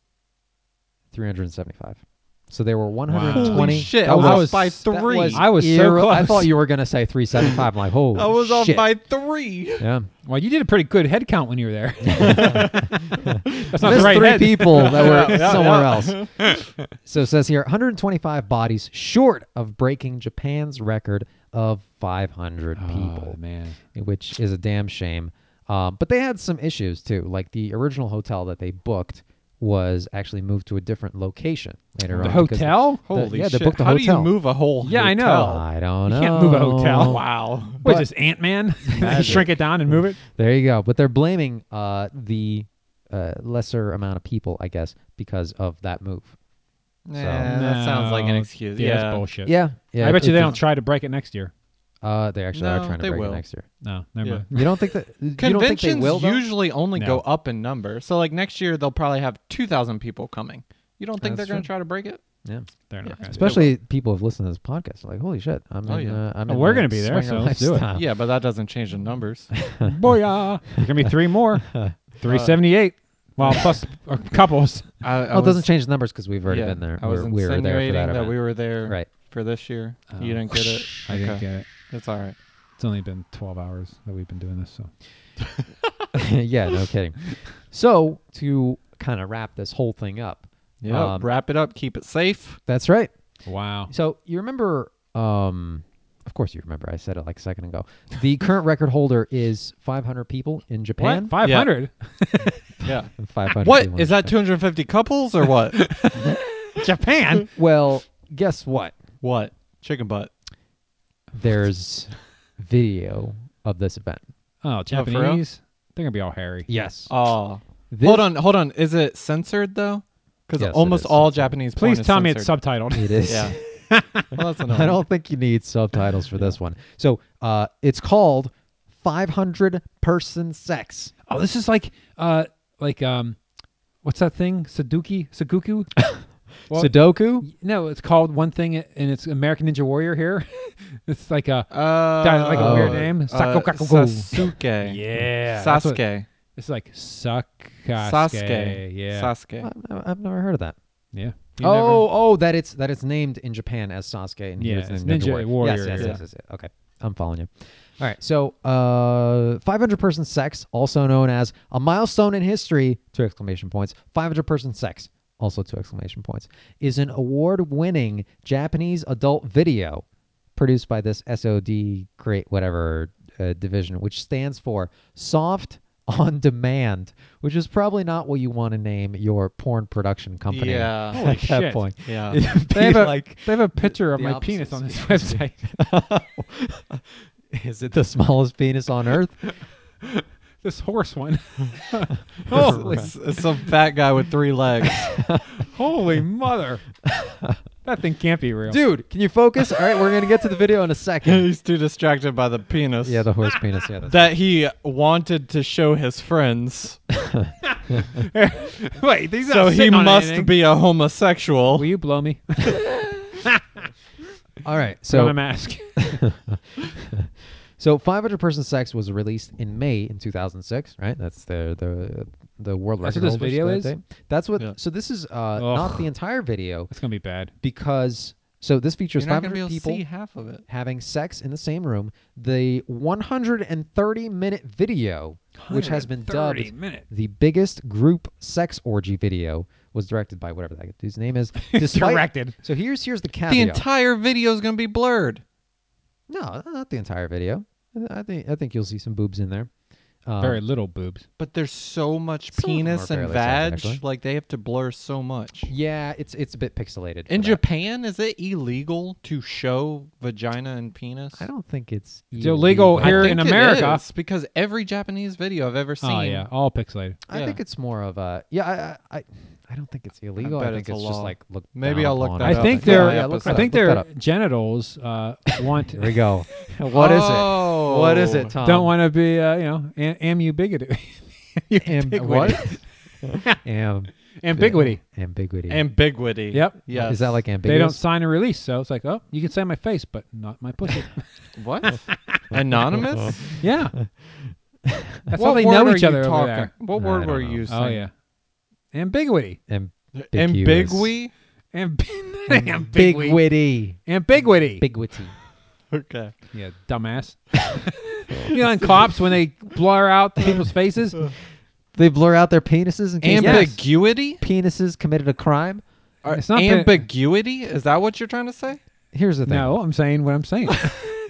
375. So there were 120.
Holy shit!
That
I was,
was-
off by
that
three.
was
I was so
irre- I
close.
thought you were gonna say 375. I'm like, holy
I was
shit.
off by three.
yeah.
Well, you did a pretty good head count when you were there. That's not the
Missed
right
three
head.
people that were
Yeah, yeah,
somewhere else. so it says here 125 bodies short of breaking Japan's record of 500 people.
Oh, man.
which is a damn shame. Um, but they had some issues too. Like the original hotel that they booked was actually moved to a different location later
The
on. because
hotel?
the-
Holy
yeah,
shit!
they booked the
How
hotel.
do you move a whole?
Yeah, I know.
hotel?
I don't know.
You can't move a hotel.
Wow.
What is this, Ant Man? Shrink it down and move it?
There you go. But they're blaming uh, the uh, lesser amount of people, I guess, because of that move.
Yeah, that sounds like an
No.
excuse.
Yeah, that's
Yeah.
bullshit.
Yeah, yeah.
I bet you they
it's-
don't try to break it next year.
Uh, they actually
No,
are trying to
they
break
will.
it next year.
No, never
Yeah.
mind.
You don't think that you don't think they
Conventions
will? though?
usually only
No.
go up in number. So like next year they'll probably have 2000 people coming. You don't think
That's
they're
true.
going to try to break it?
yeah.
They're not going to.
Especially people who've listened to this podcast, like, holy shit, I'm
Oh,
in.
yeah.
Uh, I'm
Oh,
in
we're
the
gonna be there,
swinger
so let's do it.
lifestyle.
Yeah, but that doesn't change the numbers.
Booyah. There's going to be three more. 378. Well, plus uh, couples.
I, I
Oh, it doesn't
was-
change the numbers because we've already
yeah,
been there.
I was
We're- we were there for
insinuating
that
that,
event.
we were there
Right.
for this year.
Oh.
You didn't get it.
I didn't get it.
It's all right.
It's only been 12 hours that we've been doing this, so
yeah, no kidding. So to kind of wrap this whole thing up,
Yeah.
Um,
wrap it up. Keep it safe.
that's right.
wow.
So you remember, um, of course you remember. I said it like a second ago. The current record holder is 500 people in Japan.
What? 500?
Yeah.
500. people
What
in
is that?
Japan.
Two hundred fifty couples or what?
Japan?
Well, guess what?
what? Chicken butt.
There's video of this event.
Oh,
for real?
Japanese? They're going to be all hairy.
Yes.
Oh.
This-
hold on. Hold on. Is it censored though? Because
Yes, it
almost
is
all
censored.
Japanese. porn
Please
is
tell me it's
censored.
subtitled.
It is.
Yeah. well, that's annoying.
I don't think you need subtitles for this one. So uh, it's called 500 Person Sex.
Oh, this is like uh like um what's that thing? Sudoku? Sudoku? Well-
Sudoku?
no, it's called one thing and it's American Ninja Warrior here. it's like a
Uh,
Sounds like
a weird
name.
uh,
Sakokaku.
Sasuke.
yeah. that's what-
Sasuke.
It's like Sasuke.
Sasuke.
Yeah.
Sasuke.
I- I've never heard of that.
yeah.
You
oh,
never-
oh, that it's that it's named in Japan as Sasuke and
Yeah,
here's
it's
named
Ninja Warrior,
Yes, yes,
yeah.
yes, yes, yes. Okay, I'm following you. All right, so uh, 500 person sex, also known as a milestone in history, two exclamation points. 500 person sex, also two exclamation points, is an award-winning Japanese adult video produced by this SOD great whatever uh, division, which stands for Soft on Demand, which is probably not what you want to name your porn production company Oh.
Yeah.
at
Holy
that
shit.
point.
Yeah.
It'd
They have,
be
a,
like,
they have a picture of
the
my
opposite
penis on this
species.
website.
is it the smallest penis on earth?
this horse one.
Oh, it's, it's some fat guy with three legs.
Holy mother. that thing can't be real.
Dude, can you focus? All right, we're going to get to the video in a second.
He's too distracted by the penis.
Yeah, the horse penis. Yeah, that's
that he wanted to show his friends.
Wait, these
so he must be a homosexual.
Will you blow me?
All right,
So
so
my mask.
So 500 Person Sex was released in May in 2006, right? That's the the the world
That's
record.
what this
holders
video
for that
is?
day. That's what.
Yeah.
So this is uh, not
Ugh.
the entire video
That's gonna be bad.
because so this features
You're not
500
gonna be able to
people
see half of it.
having sex in the same room. The 130 minute video, which has been
130
dubbed
minute.
the biggest group sex orgy video, was directed by whatever that dude's name is. Despite-
Directed.
So here's here's the caveat.
The entire video is going to be blurred.
no, not the entire video. I think I think you'll see some boobs in there. Um,
Very little boobs.
But there's so much
Some of them
penis
are
and
fairly
vag.
soft, actually.
Like they have to blur so much.
Yeah, it's it's a bit pixelated.
In
for that.
Japan, is it illegal to show vagina and penis?
I don't think it's
It's illegal
I
here
think
in
it
America.
is, because every Japanese video I've ever seen.
Oh yeah, all pixelated.
I
yeah.
think it's more of a yeah. I I, I- I don't think it's illegal. I,
bet
think
it's
it's,
a
just
law.
like look.
Maybe
down
I'll look
upon
that
I
it.
up.
think
Yeah,
their
yeah,
look
I
that up, look
think their
that up.
genitals uh, want
Here we go. What is it? What is
Oh.
it, Tom?
don't want to be uh, you know am, am you bigoted?
Am- what? Am-
Ambiguity.
ambiguity.
Ambiguity.
Yep.
Yes.
Is that like
They don't
ambiguous?
sign a release, so it's like, oh, you can say my face, but not my pussy.
what? Anonymous?
yeah, that's
what
how they
word
know
are
each
you
other over
talking?
there.
What
I
word
don't
were
know.
you using?
Oh yeah, ambiguity.
Am- Ambiguous.
Amb-
Ambiguity.
ambiguity.
ambiguity.
Ambiguity.
Ambiguity.
Okay.
Yeah, dumbass. you know, in cops when they blur out people's faces.
They blur out their penises in case their
Ambiguity?
penises committed a crime.
Are-
It's not that-
ambiguity? Is that what you're trying to say?
Here's the thing.
No, I'm saying what I'm saying.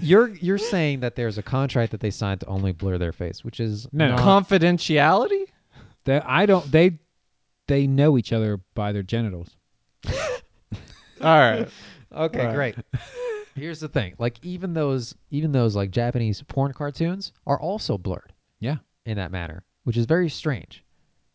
You're you're saying that there's a contract that they signed to only blur their face, which is
No, no.
Confidentiality?
that I don't. They they know each other by their genitals.
All right.
Okay, great. Here's the thing. Like even those even those like Japanese porn cartoons are also blurred
Yeah,
in that matter, which is very strange.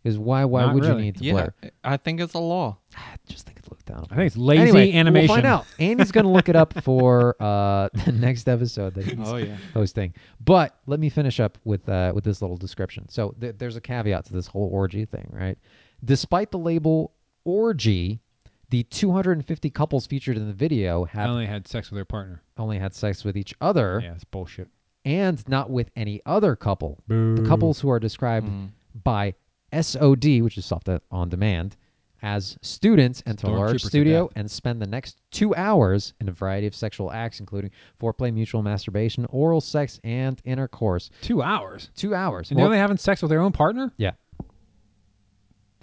Is why why
Not
would
really.
you need to
yeah.
blur?
I think it's a law.
I just think it's looked down.
I think it's lazy animation.
We'll find out. Andy's gonna look it up for uh, the next episode that he's
Oh, yeah.
hosting. But let me finish up with uh, with this little description. So th- there's a caveat to this whole orgy thing, right? Despite the label orgy, the 250 couples featured in the video
I
have
only had sex with their partner.
only had sex with each other
Oh. Yeah, it's bullshit.
and not with any other couple.
Mm.
The couples who are described by SOD, which is soft uh, on demand, as students enter a large
Stormtroopers to
studio and spend the next two hours in a variety of sexual acts, including foreplay, mutual masturbation, oral sex, and intercourse.
Two hours.
Two hours.
And
Well-
they're only having sex with their own partner?
yeah.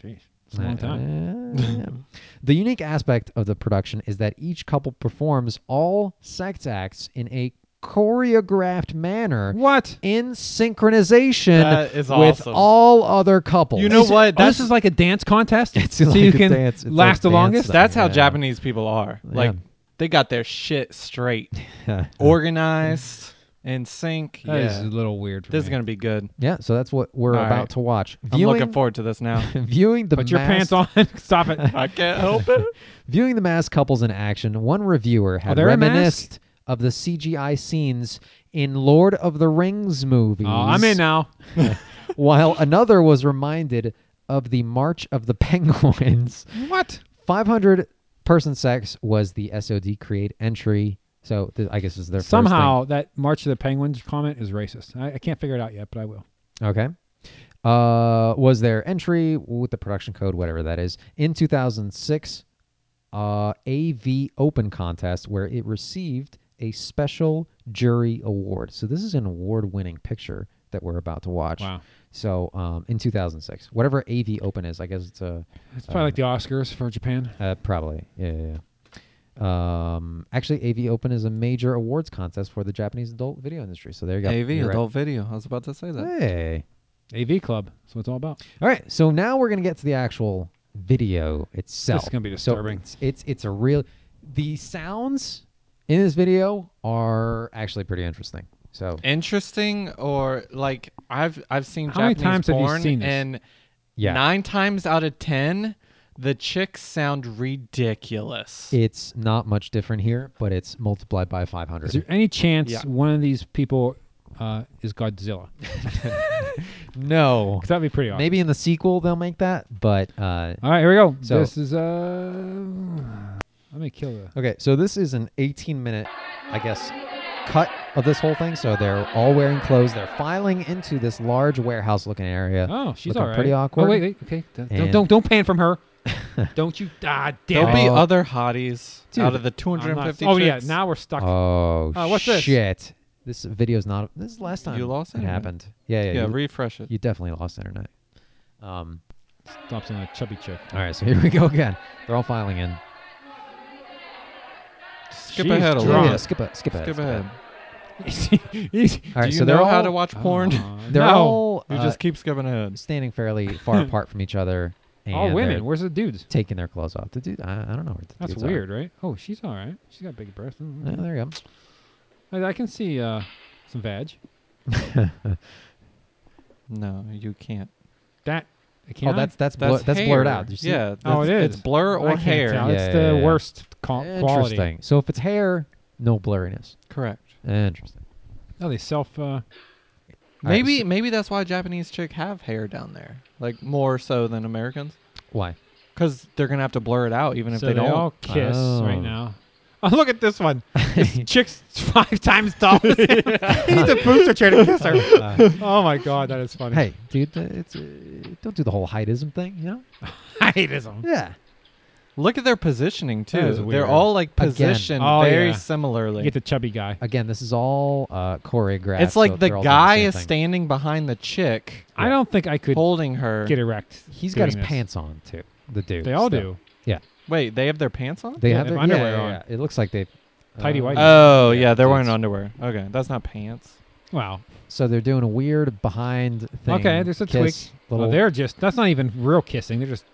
Jeez. It's a long time.
Uh, the unique aspect of the production is that each couple performs all sex acts in a choreographed manner
What?
in synchronization
That is
with
awesome.
all other couples.
You know
Is it-
what?
oh, this
That's-
is like a dance contest.
It's
so
like
you
a
can
dance- it's
last
like
the
dance
longest.
stuff.
That's how
Yeah.
Japanese people are. Like
Yeah.
they got their shit straight, organized, in sync.
That is
yeah.
a little weird. For
This
me.
is gonna be good.
yeah, so that's what we're
All
about
right.
to watch.
I'm
Viewing,
looking forward to this now.
viewing the
Put your
masked-
pants on. Stop it.
I can't help it.
Viewing the masked couples in action, one reviewer had
there a mask?
reminisced of the CGI scenes in Lord of the Rings movies.
Oh, I'm in now.
while another was reminded of the March of the Penguins.
What?
500 person sex was the SOD create entry. So th- I guess this is their first thing.
Somehow that March of the Penguins comment is racist. I, I can't figure it out yet, but I will.
Okay. Uh, was their entry with the production code, whatever that is, in 2006 uh, AV Open contest where it received a special jury award. So this is an award-winning picture that we're about to watch.
Wow.
So um, in 2006, whatever AV Open is, I guess it's a
It's probably like the Oscars for Japan.
uh, probably yeah. yeah, yeah. Um, actually, AV Open is a major awards contest for the Japanese adult video industry. So there you go.
AV
You're right.
adult uh, video. I was about to say that.
Hey.
AV Club. That's what it's all about.
All right, so now we're gonna get to the actual video itself.
This is gonna be
So
disturbing.
it's, it's it's a real. The sounds in this video are actually pretty interesting. So
Interesting or like I've I've seen
How many
Japanese
times have you
porn
seen this?
and
yeah,
nine times out of ten the chicks sound ridiculous.
it's not much different here, but it's multiplied by five
Is there
hundred.
any chance
Yeah.
one of these people uh, is Godzilla?
No,
'Cause that'd be pretty awesome.
maybe in the sequel they'll make that, but uh,
All right, here we go.
So-
this is uh, let me kill the.
Okay, so this is an 18 minute, I guess, cut of this whole thing. So they're all wearing clothes. They're filing into this large warehouse looking area.
Oh, she's
looking
all right.
pretty awkward.
Oh wait, wait, okay. Don't- Don't
And-
don't, don't pan from her. don't you? Ah, damn.
There'll be
Oh.
other hotties
Dude,
out of the two
I'm
hundred and
not-
fifty.
oh yeah, now we're stuck.
Oh,
Uh, what's this?
shit. This? video's not. This is the last time
You lost
it
internet.
happened. Yeah, yeah.
yeah,
you,
refresh it.
you definitely lost internet. Um.
Stops on a chubby chick.
All right, so here we go again. They're all filing in.
Skip
She's
ahead a
drunk.
little.
Yeah,
Drunk.
yeah, skip it. Skip it.
Skip ahead.
All right,
Do you
so they're
know
all
how to watch porn?
Uh,
they're
no.
all
you
uh,
just keep skipping ahead.
standing fairly far apart from each other.
Oh,
And
all
they're
women. Where's the dudes?
taking their clothes off. The dude, I, I don't know. Where the
That's
dudes are.
weird, right? Oh, she's all right. She's got big breasts. Mm,
Yeah, there you go.
I, I can see uh, some vag.
No, you can't.
That I can't.
oh, that's that's blur- that's, blurred
hair.
out. Did you see?
Yeah.
Oh,
that's-
it
It's
is.
blur or
I can't
hair.
tell.
Yeah,
it's
yeah,
the
yeah.
worst co-
Interesting.
quality.
So if it's hair, no blurriness.
Correct.
Interesting.
Oh, they self. Uh,
All right,
Maybe maybe that's why Japanese chick have hair down there, like more so than Americans,
Why?
because they're gonna have to blur it out even if
so
they, don't.
all kiss
Oh.
right now. Oh, look at this one. This chick's five times taller. He's a booster chair to kiss her. oh my god, that is funny.
Hey, dude, uh, it's uh, don't do the whole heightism thing, you know?
I hate ism.
Yeah.
Look at their positioning too.
is weird.
They're all like
Again.
positioned
Oh,
very
yeah.
similarly.
You get the chubby guy.
Again, this is all uh, choreographed.
it's
so
like the
they're all doing
guy
same
is
thing.
standing behind the chick,
I don't think I could
holding her.
get erect.
He's got his
doing this.
pants on too. The dude.
They all
still.
do.
Wait, they have their pants on?
They
Yeah,
have
they
their
have
yeah,
underwear
yeah,
on.
yeah. It looks like they.
Tidy
uh,
white.
Oh yeah,
Yeah,
they're
so
wearing
it's-
underwear. Okay, that's not pants.
Wow.
So they're doing a weird behind thing.
Okay, there's a
kiss,
twig.
Little
Oh, they're just. That's not even real kissing. They're just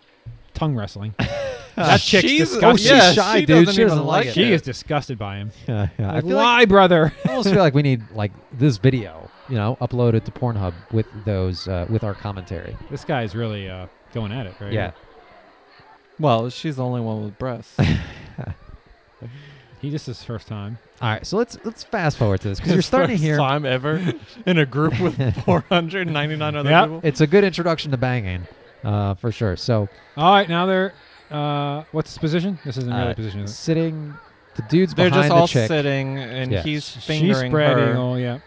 tongue wrestling. that chick's
She's-
disgusted.
oh, she's
Yeah, she
shy, dude.
doesn't
She
even
doesn't like
She
it.
is disgusted by him.
Yeah, yeah. I
Like,
feel like
why, brother?
I almost feel like we need like this video, you know, uploaded to Pornhub with those uh, with our commentary.
This guy's really uh, going at it, right?
Well, she's the only one with breasts.
He just his first time.
All right, so let's let's fast forward to this because you're starting to hear
time ever in a group with 499 other
Yep.
people.
it's a good introduction to banging, uh, for sure. So
All right, now they're. Uh, what's his position? This isn't really
uh,
a position. Is it?
sitting, the dude's
They're
behind
just all
the chick.
sitting, and
Yeah.
he's
She's
fingering
She's spreading.
her.
Oh yeah.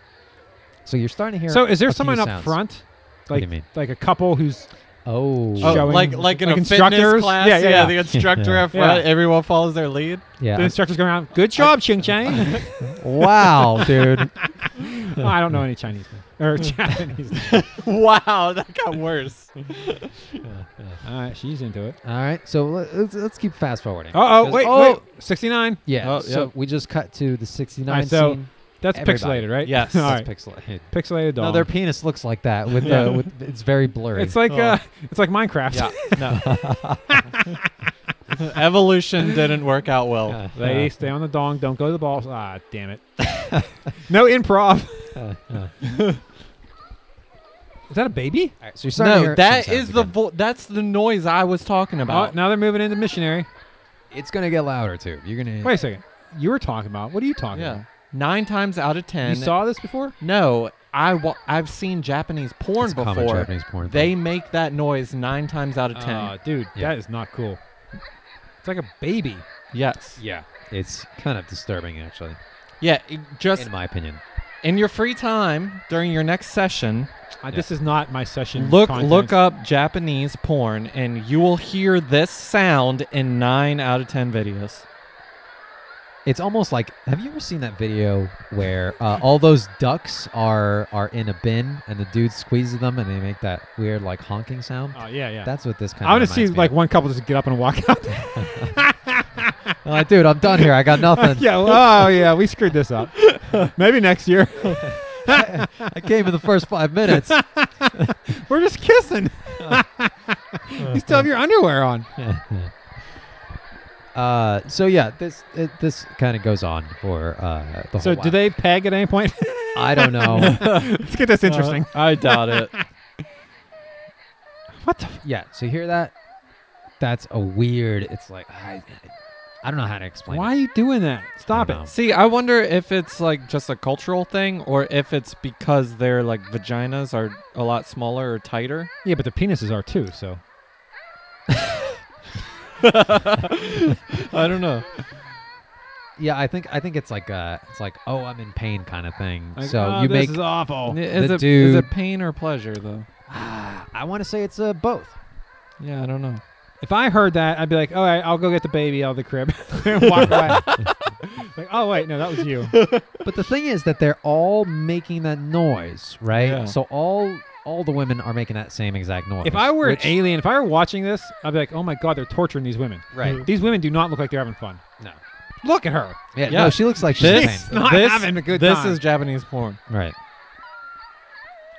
So you're starting to hear.
So is
a
there
few
someone up
sounds.
front? Like
do you mean?
like a couple who's
Oh,
Oh,
Showing-
like like in
like
a
instructors?
fitness class.
Yeah, yeah, yeah.
The instructor
Yeah.
up front,
Yeah.
everyone follows their lead.
The
yeah.
instructor's going around. Good job, Ching Chang.
wow, dude.
I don't know any Chinese name. or Japanese. name.
wow, that got worse.
All right, she's into it.
All right, so le- let's, let's keep fast forwarding.
Uh oh,
'Cause-
wait,
oh,
wait, sixty-nine.
yeah.
Oh,
so
yeah.
we just cut to the '69
All right, so
scene.
That's
Everybody.
pixelated, right?
Yes.
All
That's
right.
pixelated.
pixelated doll.
No, their penis looks like that. With
Yeah.
the, with it's very blurry.
It's like
Oh.
uh, it's like Minecraft.
Yeah, no. Evolution didn't work out well.
Yeah.
Lady, stay on the dong. Don't go to the balls. Ah, damn it. no improv.
Uh, uh. All
Is that a baby?
right, so you're starting to
No,
hear
that
some sounds
is the
again.
vo- that's the noise I was talking
Oh,
about.
now they're moving into missionary.
It's gonna get louder too. You're gonna
Wait a second. You were talking about. What are you talking
Yeah, nine times out of ten.
about? You saw this before?
No, I wa- I've seen Japanese porn
It's a common
before.
Japanese porn
they
thing.
make that noise nine times out of ten.
Aw, dude,
Yeah.
that is not cool. It's like a baby.
yes.
Yeah, it's kind of disturbing actually,
Yeah. it- Just
in my opinion.
in your free time during your next session,
Uh, This is not my session.
look
content.
look up Japanese porn, and you will hear this sound in nine out of ten videos.
It's almost like have you ever seen that video where uh, all those ducks are are in a bin and the dude squeezes them and they make that weird like honking sound?
Oh yeah, yeah.
That's what this kind
I
of.
want to see like one couple just get up and walk out.
like, dude, I'm done here. I got nothing.
yeah. well, Oh yeah, we screwed this up. Maybe next year.
I came in the first five minutes.
We're just kissing. you still have your underwear on.
uh, so yeah, this it, this kind of goes on for uh, the whole.
So do
while.
they peg at any point?
I don't know.
Let's get this interesting.
I doubt it.
what the?
Yeah, so you hear that? That's a weird. It's like I, I don't know how to explain.
Why
It.
are you doing that? Stop
don't
it.
know.
See, I wonder if it's like just a cultural thing, or if it's because their like vaginas are a lot smaller or tighter.
Yeah, but the penises are too. So
I don't know.
Yeah, I think I think it's like uh it's like oh I'm in pain kind of thing.
Like,
so
oh,
you
this
make
is awful.
Is
The
it, is
dude-
it pain or pleasure though?
I want to say it's uh, both.
Yeah, I don't know.
If I heard that, I'd be like, all right, I'll go get the baby out of the crib and walk away. like, oh wait, no, that was you.
But the thing is that they're all making that noise, right?
Yeah.
So all all the women are making that same exact noise.
If I were
which-
an alien, if I were watching this, I'd be like, oh my god, they're torturing these women.
Right.
These women do not look like they're having fun.
no.
Look at her.
Yeah,
Yeah.
no, she looks like she's in
This,
pain.
not
this,
having a good
this
time.
is Japanese porn.
Right.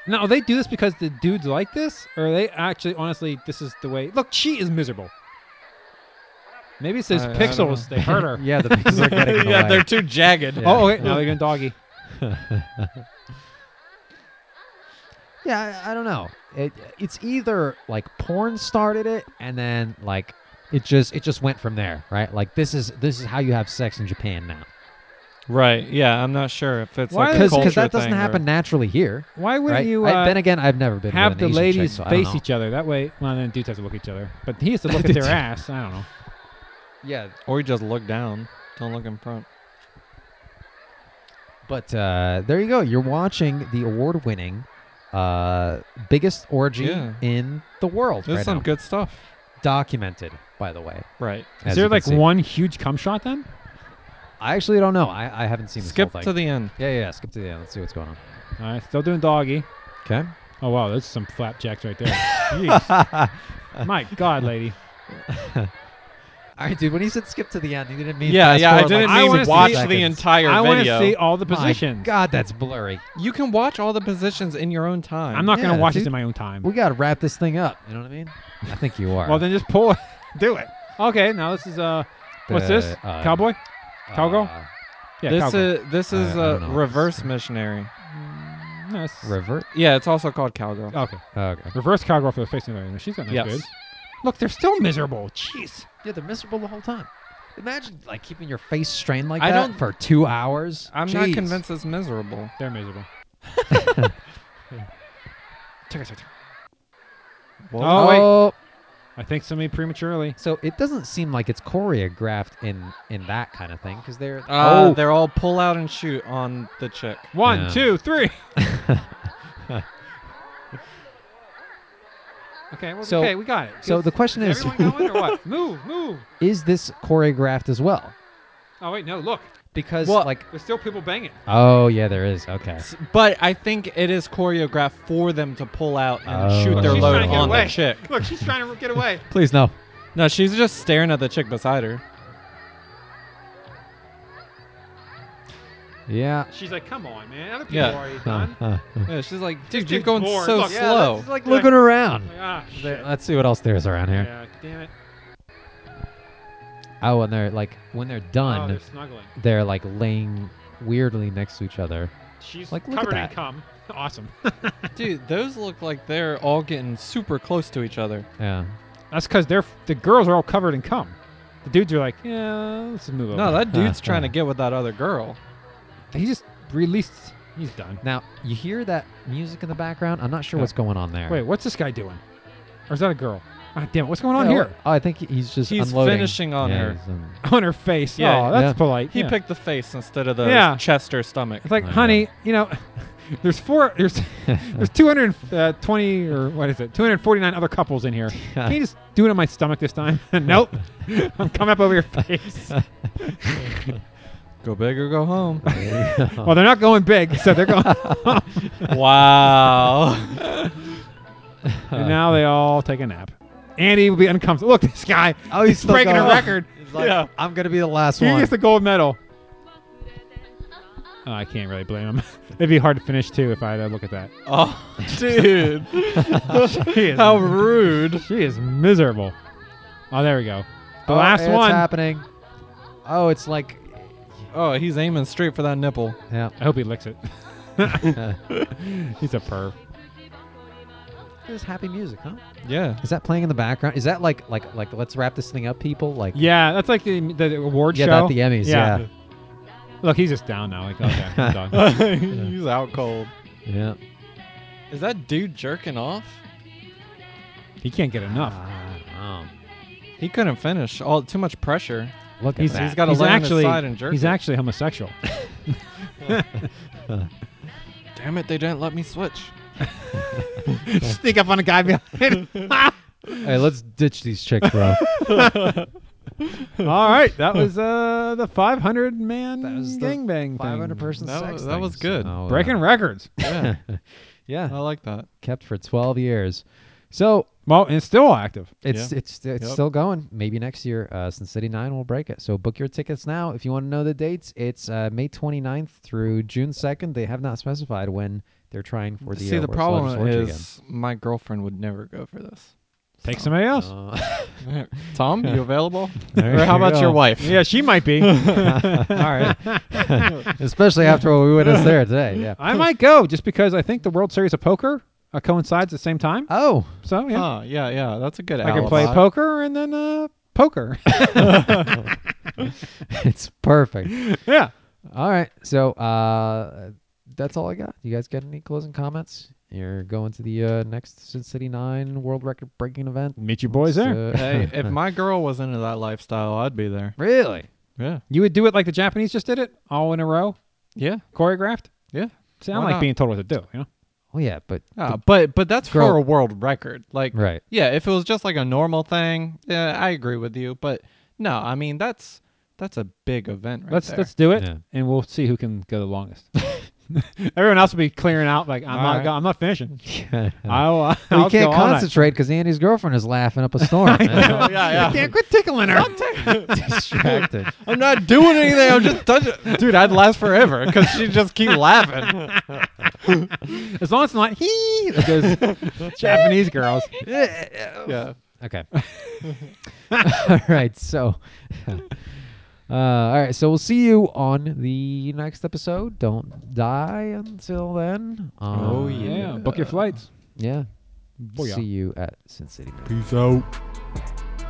Now, they do this because the dudes like this, or are they actually, honestly, this is the way. Look, she is miserable. Maybe it says
I- I don't
pixels. they hurt her.
Uh, Yeah, the pixels are getting in the way.
too jagged.
Yeah.
Oh, okay. Now they're doing doggy.
Yeah, I, I don't know. It, it's either like porn started it, and then like it just it just went from there, right? Like this is this is how you have sex in Japan now,
Right. Yeah, I'm not sure if it's
Why
like
are
a
they-
because
culture
that doesn't
thing or-
happen naturally here.
Why wouldn't
Right?
you uh,
I- then again, I've never been with
have
an
the
Asian chick,
ladies
so I don't
face
know.
each other? That way, well, then dudes have to look at each other. But he has to look at their
Dude.
ass. I don't know.
Yeah,
Or you just look down. Don't look in front.
but uh, there you go. You're watching the award-winning uh, biggest orgy
Yeah.
in the world
There's
right
some
now.
good stuff.
documented, by the way.
Right.
as
Is there
you can
like
see.
one huge cum shot then?
I actually don't know. I, I haven't seen this
Skip
whole
to
thing.
the end.
yeah, yeah, yeah. Skip to the end. Let's see what's going on.
All right, still doing doggy.
Okay.
Oh wow, that's some flapjacks right there. Jeez. My God, lady.
All right, dude. When he said skip to the end, he didn't mean
Yeah,
fast
yeah, I
forward,
didn't
like,
I
mean
wanna
60
watch
see-
the
seconds.
entire
I want
video.
to see all the
My
positions.
God, that's blurry.
You can watch all the positions in your own time.
I'm not
Yeah,
gonna watch
dude.
this in my own time.
We gotta wrap this thing up. You know what I mean? I think you are.
well, then just pull. it. Do it. Okay, now this is uh, what's this?
The, uh,
cowboy? cowgirl?
Uh,
Yeah,
this
cowgirl.
is this
I-
is
I
a
don't know.
reverse missionary.
No, it's-
revert.
Yeah, it's also called cowgirl.
okay.
Okay.
Reverse cowgirl for the face invasion. She's got nice
Yes.
boobs. Look, they're still miserable. Jeez.
Yeah, they're miserable the whole time. Imagine like keeping your face strained like
I
that
don't-
for two hours.
I'm not
Jeez.
convinced it's miserable.
They're miserable.
Well,
Oh, wait.
Oh,
I think somebody prematurely.
so it doesn't seem like it's choreographed in in that kind of thing because they're
Uh,
oh
they're all pull out and shoot on the chick.
One,
Yeah.
two, three. Okay, well,
So-
okay, we got it.
So
Is-
the question is,
everyone going or what? move, move.
is this choreographed as well?
Oh wait, no, look,
Because
Well-
like,
there's still people banging.
oh yeah, there is. Okay.
S- But I think it is choreographed for them to pull out and
Oh.
shoot
Look,
their
she's
load
trying to get
on
away.
the chick.
Look, she's trying to get away.
Please no.
No, she's just staring at the chick beside her.
Yeah.
She's like, come on, man. Other people
Yeah.
are already
Uh,
done.
uh, uh.
Yeah, she's like, dude,
This
you're
dude's
going
bored.
so
Look, yeah,
slow.
that's like-
Looking around.
Like, ah, shit.
Let's see what else there's around here.
Yeah, damn it.
Oh, and they're like when they're
Oh,
done,
they're snuggling.
they're like laying weirdly next to each other.
She's
Like, look at
covered in
that.
cum. Awesome.
dude, those look like they're all getting super close to each other.
Yeah.
That's because they're the girls are all covered in cum. The dudes are like, yeah, let's move over.
No, that dude's trying to get with that other girl.
he just released. He's done.
Now you hear that music in the background. I'm not sure
Yeah.
what's going on there.
Wait, what's this guy doing? Or is that a girl? Ah, damn it! What's going on
Yeah,
here?
Oh, I think he's just
He's
unloading.
finishing on
Yeah,
her.
he's, um,
On her face.
Yeah,
oh, that's
yeah.
polite.
He
yeah.
picked the face instead of the
Yeah.
chest or stomach.
It's like,
Oh,
honey, you know, there's four, there's there's 220 uh, or what is it, 249 other couples in here. Can you just do it on my stomach this time? nope, I'm coming up over your face.
Oh.
Go big or go home.
well, they're not going big, so they're going.
wow.
and now they all take a nap. Andy will be uncomfortable. Look, this guy.
Oh, he's still
breaking a
going.
record.
He's like,
Yeah.
I'm gonna be the last
He
one.
gets the gold medal. Oh, I can't really blame him. It'd be hard to finish too if I had to look at that.
oh, dude.
He is-
How rude.
She is miserable. Oh, there we go. The
Oh,
last
it's
one.
happening. Oh, it's like
Oh, he's aiming straight for that nipple.
yeah.
I hope he licks it. He's a perv.
There's happy music, huh?
Yeah.
Is that playing in the background? Is that like like like let's wrap this thing up, people? Like
Yeah, that's like the, the award
Yeah,
show.
that the Emmys, yeah.
Look, he's just down now. Like, okay, I'm done.
he's out cold.
yeah.
Is that dude jerking off?
He can't get enough.
Ah,
He couldn't finish. All too much pressure.
oh. Look at
He's,
that.
he's gotta
he's
lay on his
actually,
side and jerk
He's
it.
actually homosexual.
Damn it, they didn't let me switch.
Sneak up on a guy behind.
Hey, let's ditch these chicks, bro.
All right, that was uh, the 500 man
That was the
gangbang
500 person
That
sex.
was- that was
things.
good.
Oh, uh,
Breaking records.
Yeah.
yeah,
I like that.
kept for 12 years. So
Well, and it's still active.
it's it's it's
Yep.
still going. Maybe next year, uh, Sin City Nine will break it. So book your tickets now if you want to know the dates. It's uh, May 29th through June 2nd. They have not specified when they're trying for the.
See,
uh,
the
World's Largest
problem
Orgy
is my girlfriend would never go for this.
Take somebody else.
again. Uh,
Tom, you available?
There
or how
you
about
go.
your wife?
Yeah, she might be.
all right, especially after what we witnessed there today. Yeah.
I might go just because I think the World Series of Poker uh, coincides at the same time.
Oh,
So yeah,
Huh, yeah, yeah. That's a good
I can
alibi.
play poker and then uh, poker.
it's perfect.
yeah.
All right. So uh, that's all I got. You guys got any closing comments? You're going to the uh, next Sin City Nine world record breaking event.
Meet you boys there.
So-
hey, if my girl was into that lifestyle, I'd be there.
really?
Yeah.
You would do it like the Japanese just did it, all in a row,
Yeah.
choreographed.
Yeah.
See, I
Why
like
not?
being told what to do. You know,
Oh yeah, but
Ah, but but that's
girl-
for a world record. Like
Right.
Yeah, if it was just like a normal thing, yeah, I agree with you. But no, I mean that's that's a big event right
let's
there.
let's do it,
Yeah.
and we'll see who can go the longest. Everyone else will be clearing out. Like I'm
All
not.
right.
Go- I'm not finishing.
we
I'll, uh, I'll go
can't
all night.
concentrate because Andy's girlfriend is laughing up a storm.
yeah,
man.
yeah.
Damn, quit tickling her.
Distracted.
I'm not doing anything. I'm just touching. Dude, I'd last forever because she just keep laughing.
as long as it's not he goes Japanese girls.
Yeah.
Okay. all right. So, uh, all right. So we'll see you on the next episode. Don't die until then. Um,
Oh,
Yeah, Oh,
Yeah.
book your flights.
Yeah.
Booyah.
See you at Sin City. Nine.
Peace out.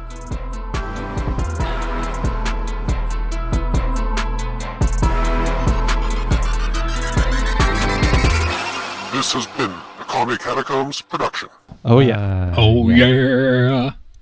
This has been a Comedy Catacombs production.
Oh yeah.
Oh yeah.